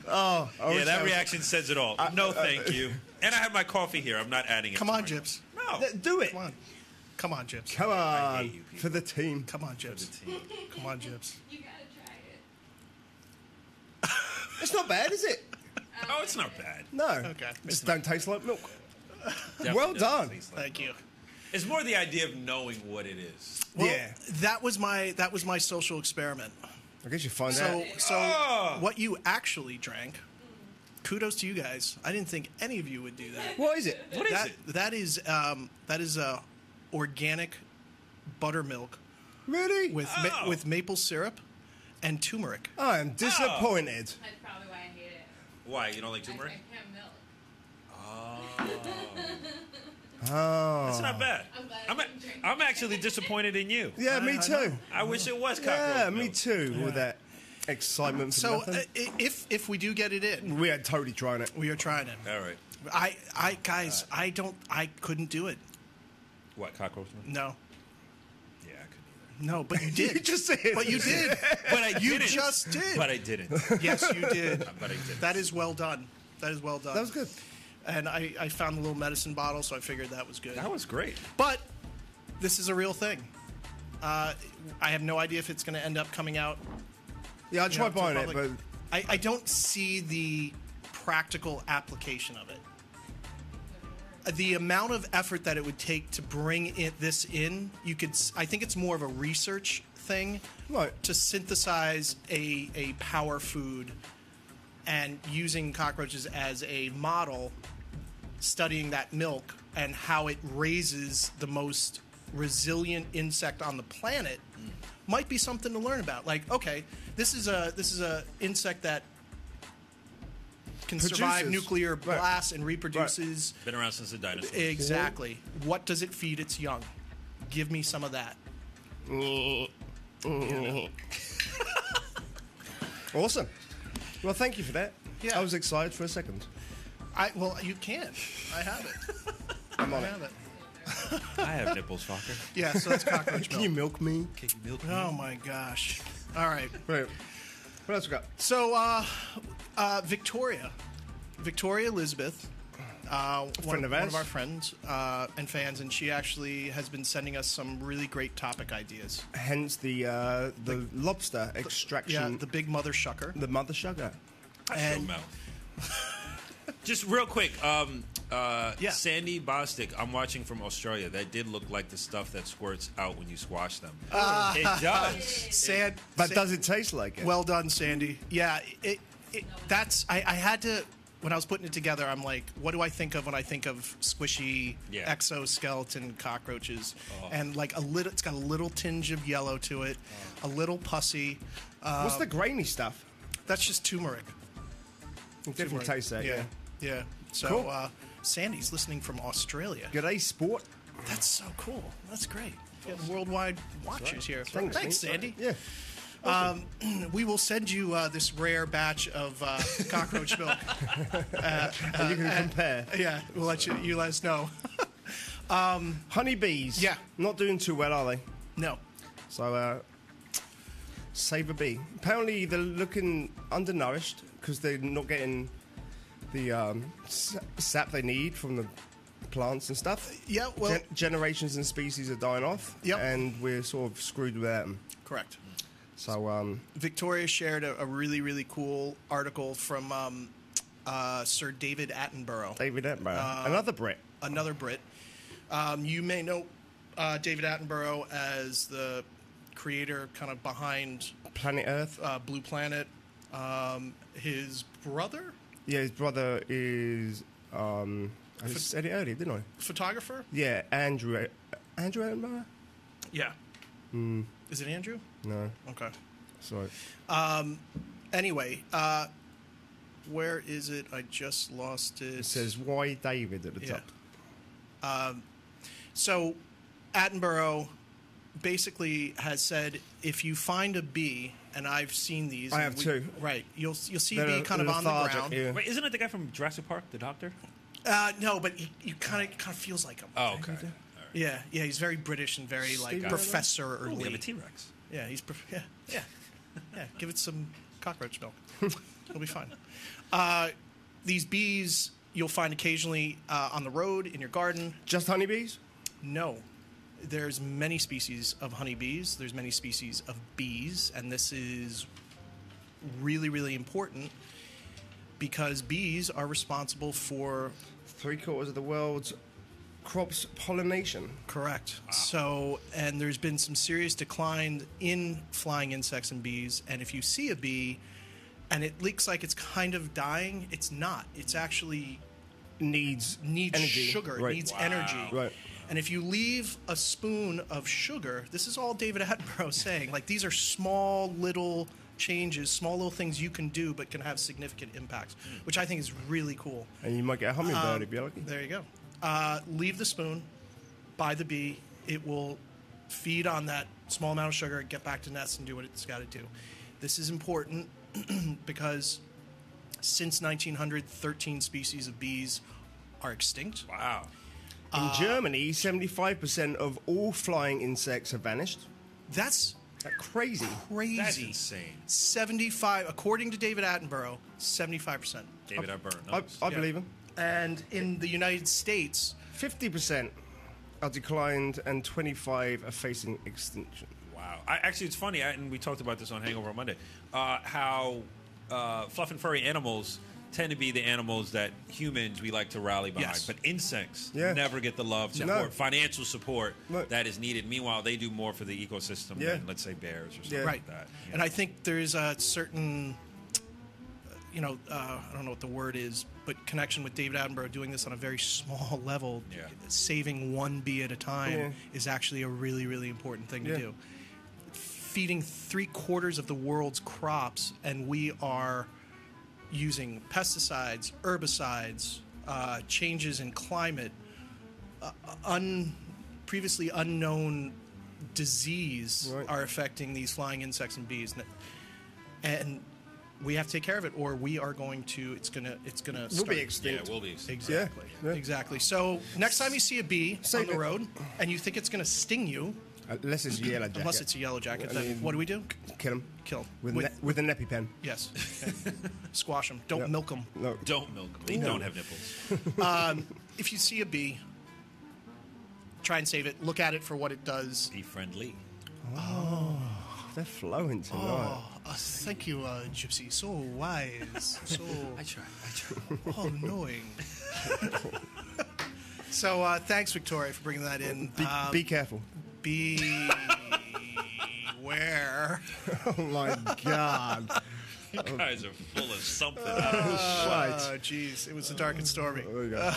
S2: Oh,
S4: yeah, that
S2: so-
S4: reaction says it all. no, thank you. And I have my coffee here. I'm not adding it.
S3: Come
S4: to
S3: on,
S4: my-
S3: Jips.
S4: No.
S2: Th- Do it.
S3: Come on. Come on, Jibs.
S2: Come
S4: I
S2: on,
S4: hate you people.
S2: for the team.
S3: Come on, Jibs. Come on, Jibs.
S5: You gotta try it.
S2: It's not bad, is it?
S4: Oh, it's not bad.
S2: No.
S3: Okay.
S2: Just don't taste like milk. well
S4: Definitely
S2: done.
S4: doesn't taste like
S3: Thank you.
S4: It's more the idea of knowing what it is.
S3: Well,
S2: yeah.
S3: That was my that was my social experiment.
S2: I guess you find
S3: So
S2: out.
S3: so
S4: Ah.
S3: what you actually drank. Kudos to you guys. I didn't think any of you would do that.
S2: What is it?
S4: What is
S3: that
S4: it?
S3: that is um, that is uh, organic buttermilk
S2: Really?
S3: with
S4: Oh.
S3: ma- with maple syrup and turmeric.
S2: I am disappointed.
S5: That's probably why I hate it.
S4: Why you don't like
S5: I, I
S4: turmeric?
S5: can't milk.
S4: It's not bad.
S5: I'm glad I
S4: I'm, a-
S5: didn't drink.
S4: I'm actually disappointed in you.
S2: Yeah, me
S3: I
S2: too.
S4: I wish it was cockroach.
S2: Yeah, me
S4: milk.
S2: too. All that excitement for
S3: So uh,
S2: nothing.
S3: i- if if we do get it in,
S2: we are totally trying it.
S3: we are trying it.
S4: All right.
S3: I I guys, I don't I couldn't do it.
S4: What cockroach milk?
S3: No.
S4: Yeah, I couldn't
S3: No, but you did.
S2: You just said.
S3: but you did.
S4: either. But I
S3: You
S4: didn't.
S3: just did.
S4: But I didn't.
S3: yes, you did.
S4: But I didn't.
S3: That is well done. That is well done.
S2: That was good.
S3: And I, I found a little medicine bottle, so I figured that was good.
S4: That was great.
S3: but this is a real thing. Uh, I have no idea if it's going to end up coming out.
S2: Yeah, I
S3: you
S2: tried
S3: know, to
S2: buying
S3: the
S2: it, but
S3: public. I, I don't see the practical application of it. The amount of effort that it would take to bring it this in, you could. s- I think it's more of a research thing
S2: Right.
S3: to synthesize a a power food, and using cockroaches as a model, studying that milk and how it raises the most resilient insect on the planet might be something to learn about. Like, okay, this is a this is a insect that can survive
S2: Produces.
S3: nuclear
S2: Right.
S3: blasts and reproduces.
S4: Been around since the dinosaurs.
S3: Exactly. What does it feed its young? Give me some of that.
S2: awesome. Well, thank you for that.
S3: Yeah.
S2: I was excited for a second.
S3: I well, you can. I have it.
S2: I'm on
S3: I
S2: it.
S3: have it.
S4: I have nipples, fucker.
S3: Yeah. So that's cockroach
S2: Can you
S3: milk.
S2: milk me?
S4: Can you milk me?
S3: Oh my gosh. All right.
S2: Right. What else we got?
S3: So uh, uh, Victoria, Victoria Elizabeth, uh, one,
S2: Friend of
S3: one
S2: ours.
S3: of our friends uh, and fans, and she actually has been sending us some really great topic ideas.
S2: Hence the uh, the lobster
S3: Yeah,
S2: extraction.
S3: the big mother shucker.
S2: the mother sugar.
S4: Shut
S3: and-
S4: your mouth. Just real quick, um, uh,
S3: Yeah.
S4: Sandy Bostic, I'm watching from Australia. That did look like the stuff that squirts out when you squash them. it does.
S3: Sad,
S2: But
S3: sad-
S2: does it taste like it?
S3: Well done, Sandy. Yeah, it, it that's I, I had to when I was putting it together. I'm like, what do I think of when I think of squishy
S4: Yeah.
S3: exoskeleton cockroaches? And like a little, it's got a little tinge of yellow to it, a little pussy. Uh,
S2: what's the grainy stuff?
S3: that's just turmeric.
S2: You can definitely
S3: Turmeric.
S2: taste that. Yeah.
S3: yeah. yeah. So
S2: Cool.
S3: uh, Sandy's listening from Australia.
S2: Good day, sport.
S3: That's so cool. That's great. Getting worldwide watches here. Thanks,
S2: mate.
S3: Sandy.
S2: Yeah.
S3: We will send you uh, this rare batch of uh, cockroach milk. Uh,
S2: and you can compare.
S3: Yeah, we'll let you you let us know.
S2: Honeybees.
S3: Yeah.
S2: Not doing too well, are they?
S3: no.
S2: So, uh, save a bee. Apparently, they're looking undernourished because they're not getting the um, sa- sap they need from the plants and stuff.
S3: Yeah, well-
S2: Gen- generations and species are dying off.
S3: Yep.
S2: And we're sort of screwed with them.
S3: Correct.
S2: So, um,
S3: Victoria shared a, a really really cool article from um, uh, Sir David Attenborough,
S2: David Attenborough,
S3: Uh,
S2: another Brit.
S3: another Brit. Um, you may know uh, David Attenborough as the creator, kind of behind
S2: Planet Earth.
S3: uh, Blue Planet. Um, his brother,
S2: Yeah, his brother is. Um, I just said it earlier, didn't I?
S3: photographer.
S2: Yeah, Andrew. Andrew Attenborough?
S3: Yeah. Is it Andrew?
S2: Hmm. No,
S3: Okay.
S2: sorry.
S3: Anyway, uh, where is it? I just lost it.
S2: It says, why David at the
S3: Yeah.
S2: top?
S3: um, So, Attenborough basically has said if you find a bee, and I've seen these.
S2: I
S3: and
S2: have two.
S3: Right. You'll you'll see a
S2: They're
S3: bee kind of on the
S2: lethargic,
S3: ground.
S2: yeah.
S4: Wait, isn't it the guy from Jurassic Park, the doctor?
S3: Uh, no, but he, you kind of kind of feels like him.
S4: Oh, okay. All right.
S3: Yeah, yeah. He's very British and very like
S2: Steve
S3: professor
S4: Oh, we have a
S3: early.
S4: T Rex.
S3: Yeah, he's pre- yeah yeah yeah. Give it some cockroach milk. It'll be fine. Uh, these bees you'll find occasionally uh, on the road in your garden.
S2: Just honeybees?
S3: No, There's many species of honeybees. There's many species of bees, and this is really, really important because bees are responsible for
S2: Three quarters of the world's crops pollination.
S3: Correct. So, and there's been some serious decline in flying insects and bees. And if you see a bee and it looks like it's kind of dying, it's not. It's actually
S2: Needs
S3: needs
S2: energy.
S3: sugar, it
S2: Right.
S3: needs
S4: Wow.
S3: energy.
S2: Right.
S3: And if you leave a spoon of sugar, this is all David Attenborough saying. Like these are small little changes, small little things you can do, but can have significant impacts, which I think is really cool.
S2: And you might get a hummingbird
S3: Um,
S2: if you're lucky.
S3: There you go. Uh, leave the spoon by the bee. It will feed on that small amount of sugar, get back to nest, and do what it's got to do. This is important because since 1900, 13 species of bees are extinct.
S4: Wow.
S3: uh,
S2: In Germany, 75% of all flying insects have vanished.
S3: That's
S2: That crazy.
S3: crazy.
S4: That's insane.
S3: 75, according to David Attenborough, 75%.
S4: David Attenborough.
S2: I,
S4: nice.
S2: I
S3: Yeah.
S2: believe him.
S3: And in the United States,
S2: 50% are declined and 25 are facing extinction.
S4: Wow. I, actually, it's funny, I, and we talked about this on Hangover on Monday, uh, how uh, fluff and furry animals tend to be the animals that humans we like to rally behind,
S3: Yes.
S4: but insects
S2: Yeah.
S4: never get the love,
S2: No.
S4: support, financial support
S2: No.
S4: that is needed. Meanwhile, they do more for the ecosystem
S2: Yeah.
S4: than, let's say, bears or something
S2: Yeah.
S4: like
S3: right.
S4: that. you
S3: And
S4: know.
S3: I think there's a certain, uh, you know, uh, I don't know what the word is, but connection with David Attenborough doing this on a very small level,
S4: Yeah.
S3: saving one bee at a time
S2: Yeah.
S3: is actually a really, really important thing
S2: Yeah.
S3: to do. Feeding three quarters of the world's crops, and we are using pesticides, herbicides, uh, changes in climate, uh, un, previously unknown disease
S2: Right.
S3: are affecting these flying insects and bees, and, and we have to take care of it, or we are going to. It's gonna. It's gonna.
S2: We'll
S3: start-
S2: be
S4: yeah,
S2: extinct.
S4: it will be. extinct.
S3: Exactly.
S2: Yeah, yeah.
S3: Exactly. So next time you see a bee
S2: Save
S3: on the
S2: it.
S3: road and you think it's going to sting you,
S2: Unless it's a Uh, yellow jacket.
S3: unless it's a yellow jacket,
S2: I
S3: then
S2: mean,
S3: what do we do?
S2: Kill them.
S3: Kill 'em.
S2: With,
S3: With-
S2: ne- with a neppy pen.
S3: Yes. Okay. Squash them. Don't
S2: Yeah.
S3: milk 'em. milk them.
S2: No.
S4: Don't milk them. They don't have nipples.
S3: if you see a bee, try and save it. Look at it for what it does.
S4: Be friendly.
S2: They're flowing tonight.
S3: Uh, thank you, uh, Gypsy. So wise, so
S4: try.
S3: all knowing. so uh, thanks, Victoria, for bringing that in.
S2: Be,
S3: Uh,
S2: be careful.
S3: be where?
S2: Oh my God. Oh.
S4: You guys are full of something.
S2: right.
S3: Oh, jeez, it was a dark and stormy.
S2: There we go.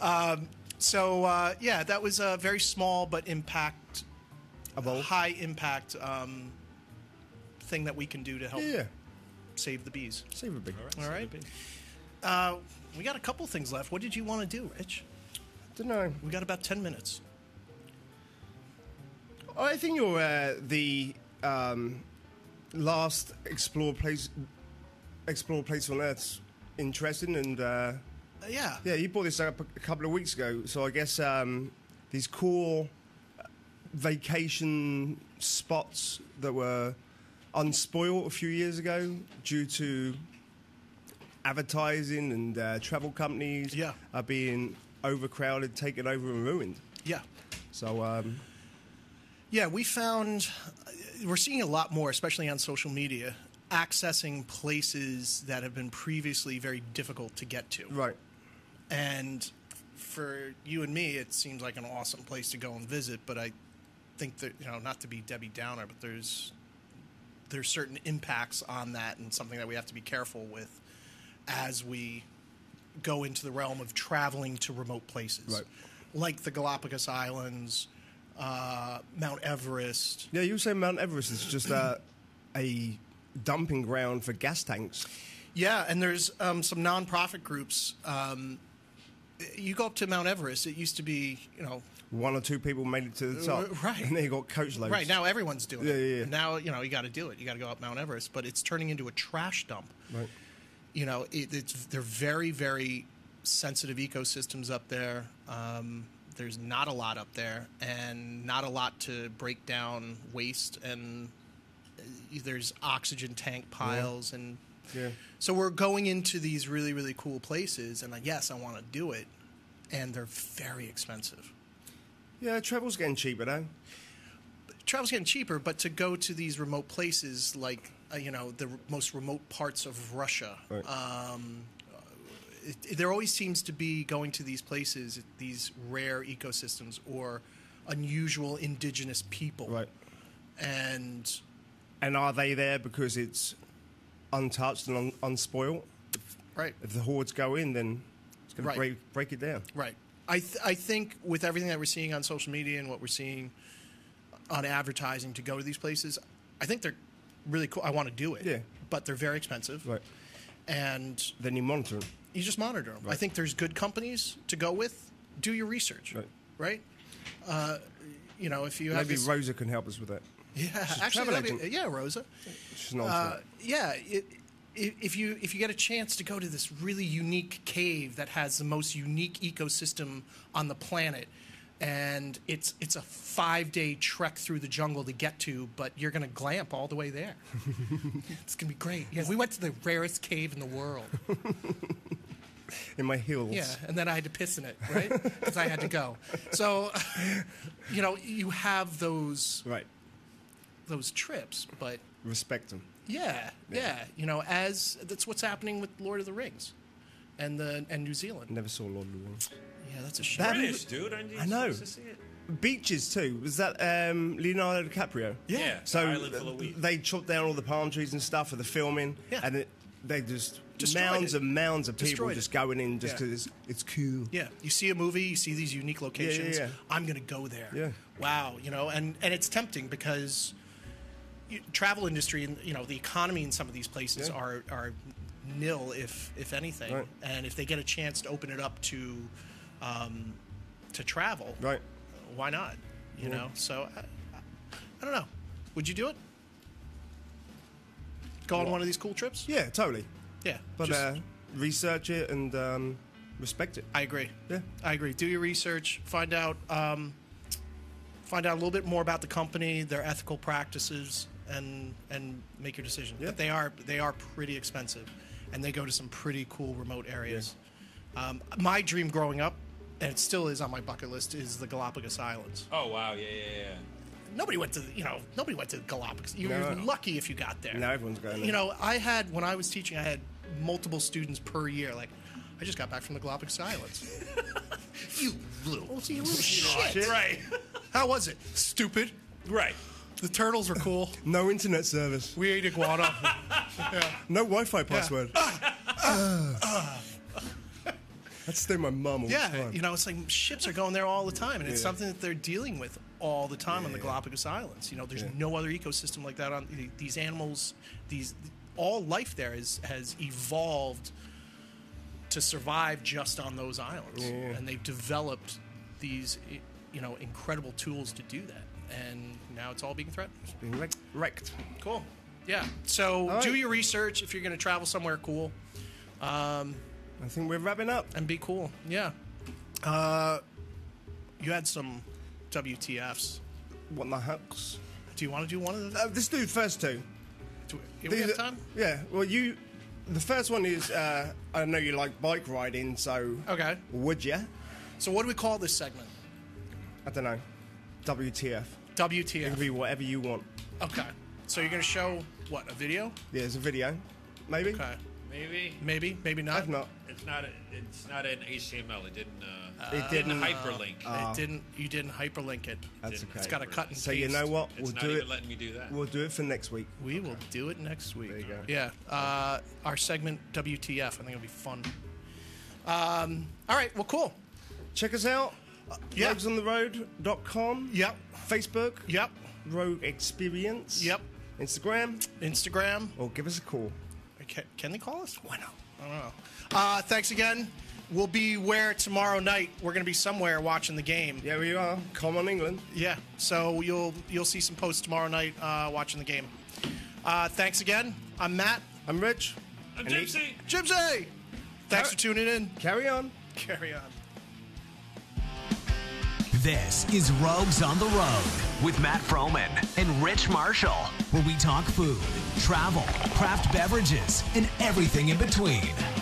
S3: Uh, So uh, yeah, that was a very small but impact, high impact um, thing that we can do to help
S2: yeah.
S3: save the bees.
S2: Save a big.
S3: All right. Uh, we got a couple things left. What did you want to do, Rich?
S2: Don't know.
S3: We got about 10 minutes.
S2: I think you're uh, the um, last explore place, explore place on Earth's interesting, and uh,
S3: Uh, yeah.
S2: yeah, you brought this up a couple of weeks ago. So I guess um, these core vacation spots that were unspoiled a few years ago due to advertising and uh, travel companies
S3: Yeah.
S2: are being overcrowded, taken over, and ruined.
S3: Yeah.
S2: So um,
S3: Yeah, we found we're seeing a lot more, especially on social media, accessing places that have been previously very difficult to get to.
S2: right.
S3: And for you and me, it seems like an awesome place to go and visit, but I think that, you know, not to be Debbie Downer, but there's there's certain impacts on that and something that we have to be careful with as we go into the realm of traveling to remote places.
S2: Right.
S3: Like the Galapagos Islands, uh, Mount Everest.
S2: Yeah, you were saying Mount Everest is just a, a dumping ground for gas tanks.
S3: Yeah, and there's um, some nonprofit groups. Um, you go up to Mount Everest, it used to be, you know,
S2: One or two people made it to the top,
S3: Uh, Right.
S2: And they got coach loads.
S3: Right now, everyone's doing
S2: Yeah,
S3: it.
S2: yeah, yeah.
S3: Now, you know, you got to do it. You got to go up Mount Everest, but it's turning into a trash dump.
S2: Right.
S3: You know, it, it's they're very, very sensitive ecosystems up there. Um, there's not a lot up there, and not a lot to break down waste. And uh, there's oxygen tank piles, and
S2: Yeah.
S3: so we're going into these really, really cool places. And like, yes, I want to do it, and they're very expensive.
S2: Yeah, travel's getting cheaper though.
S3: travel's getting cheaper, but to go to these remote places like uh, you know the r- most remote parts of Russia,
S2: Uh,
S3: um, it, it- there always seems to be going to these places, these rare ecosystems or unusual indigenous people,
S2: Right.
S3: And
S2: And are they there because it's untouched and un- unspoiled?
S3: right,
S2: If the hordes go in, then it's going
S3: Right.
S2: to break, break it down.
S3: Right. I, th- I think with everything that we're seeing on social media and what we're seeing on advertising to go to these places, I think they're really cool. I want to do it.
S2: Yeah.
S3: But they're very expensive.
S2: Right.
S3: And
S2: Then you monitor 'em.
S3: you just monitor them. I think there's good companies to go with. Do your research.
S2: Right.
S3: Right? Uh, you know, if you have
S2: Maybe
S3: this,
S2: Rosa can help us with that.
S3: yeah,
S2: a
S3: actually,
S2: travel
S3: that'd be-
S2: agent.
S3: yeah, Rosa.
S2: She's not.
S3: Uh, yeah, it, i if you if you get a chance to go to this really unique cave that has the most unique ecosystem on the planet, and it's it's a five day trek through the jungle to get to, but you're gonna glamp all the way there. it's gonna be great. Yeah, we went to the rarest cave in the world.
S2: in my heels.
S3: Yeah, and then I had to piss in it, right? Because I had to go. So, you know, you have those
S2: Right.
S3: those trips, but
S2: Respect them.
S3: Yeah, yeah, You know, as that's what's happening with Lord of the Rings, and the and New Zealand.
S2: Never saw Lord of the Rings.
S3: Yeah, that's a shame.
S2: That-
S4: British, dude. Aren't you
S2: I know.
S4: supposed to see it?
S2: Beaches too. Was that um, Leonardo DiCaprio?
S4: Yeah,
S2: So
S4: Island Full of Weed.
S2: they chopped down all the palm trees and stuff for the filming,
S3: Yeah.
S2: and it, they just
S3: Destroyed
S2: mounds
S3: it.
S2: and mounds of people
S3: Destroyed
S2: just
S3: it.
S2: going in just
S3: Yeah.
S2: because it's, it's cool.
S3: yeah, you see a movie, you see these unique locations.
S2: yeah.
S3: I'm gonna go there.
S2: Yeah.
S3: Wow, you know, and and it's tempting because you, travel industry and you know the economy in some of these places
S2: Yeah.
S3: are are nil if if anything,
S2: Right.
S3: and if they get a chance to open it up to um, to travel,
S2: Right.
S3: Why not? You know, so I, I, I don't know. Would you do it? Go on one of these cool trips?
S2: Yeah, totally.
S3: Yeah,
S2: But
S3: just-
S2: uh, research it and um, respect it.
S3: I agree.
S2: Yeah.
S3: I agree. Do your research. Find out. Um, find out a little bit more about the company, their ethical practices, and and make your decision.
S2: Yeah.
S3: But they are they are pretty expensive, and they go to some pretty cool remote areas. Um, my dream growing up, and it still is on my bucket list, is the Galapagos Islands.
S4: Oh wow, yeah, yeah, yeah.
S3: Nobody went to the- you know nobody went to Galapagos. You
S2: No.
S3: were lucky if you got there.
S2: Now everyone's going there.
S3: You know, I had when I was teaching, I had multiple students per year. Like, I just got back from the Galapagos Islands. you little, Oh, you little shit.
S4: Right,
S3: How was it? Stupid.
S4: right.
S3: The turtles were cool.
S2: No internet service.
S3: we ate iguana.
S2: No Wi-Fi password.
S3: Ah.
S2: Ah. That's still my mum all the
S3: yeah,
S2: time.
S3: you know, it's like ships are going there all the time, and it's
S2: Yeah.
S3: something that they're dealing with all the time on the
S2: yeah.
S3: Galapagos Islands. You know, there's
S2: Yeah.
S3: no other ecosystem like that on these animals. These all life there is has evolved to survive just on those islands, and they've developed these i- you know incredible tools to do that. And now it's all being threatened.
S2: Being wrecked. wrecked.
S3: Cool. Yeah. So do
S2: right.
S3: your research if you're going to travel somewhere cool.
S2: I think we're wrapping up.
S3: and be cool. Yeah. Uh, you had some WTFs.
S2: What the hucks?
S3: Do you want to do one of those?
S2: Uh, let's do the first two.
S3: do we, do we have
S2: These are-
S3: time?
S2: Yeah. Well, you. The first one is uh, I know you like bike riding, so
S3: Okay.
S2: would you?
S3: So what do we call this segment?
S2: I don't know. WTF? It could
S3: WTF.
S2: be whatever you want.
S3: Okay. So you're gonna show what a video?
S2: Yeah, it's a video, maybe.
S3: Okay.
S4: Maybe
S3: Maybe. Maybe not.
S2: If not,
S4: it's not. A, it's not an HTML. It didn't. Uh,
S2: It didn't-
S4: hyperlink.
S2: uh,
S3: It didn't. You didn't hyperlink it.
S2: that's okay.
S3: It's
S4: It's
S3: got a cut and
S2: so
S3: paste.
S2: you know what?
S4: it's
S2: we'll
S4: not
S2: do
S4: even
S2: it.
S4: letting me do that.
S2: We'll do it for next week.
S3: We will do it next week.
S2: There you go.
S3: Yeah. Uh, our segment WTF. I think it'll be fun. Um, all right. Well, cool.
S2: Check us out.
S4: Uh,
S2: Uh,
S3: yeah.
S2: Roguesontheroad.com.
S3: Yep.
S2: Facebook.
S3: Yep.
S2: Rogue Experience.
S3: Yep.
S2: Instagram.
S3: Instagram.
S2: Or give us a call.
S3: Can, can they call us? Why not? I don't know. Uh, thanks again. We'll be where tomorrow night. We're going to be somewhere watching the game.
S2: Yeah, we are. Come on, England.
S3: Yeah. So you'll you'll see some posts tomorrow night uh, watching the game. Uh, thanks again. I'm Matt
S2: I'm Rich.
S4: I'm
S2: And he-
S4: gypsy.
S3: Jimsey. Thanks for tuning in.
S2: Carry on.
S3: Carry on.
S1: This is Rogues on the Road with Matt Froman and Rich Marshall, where we talk food, travel, craft beverages, and everything in between.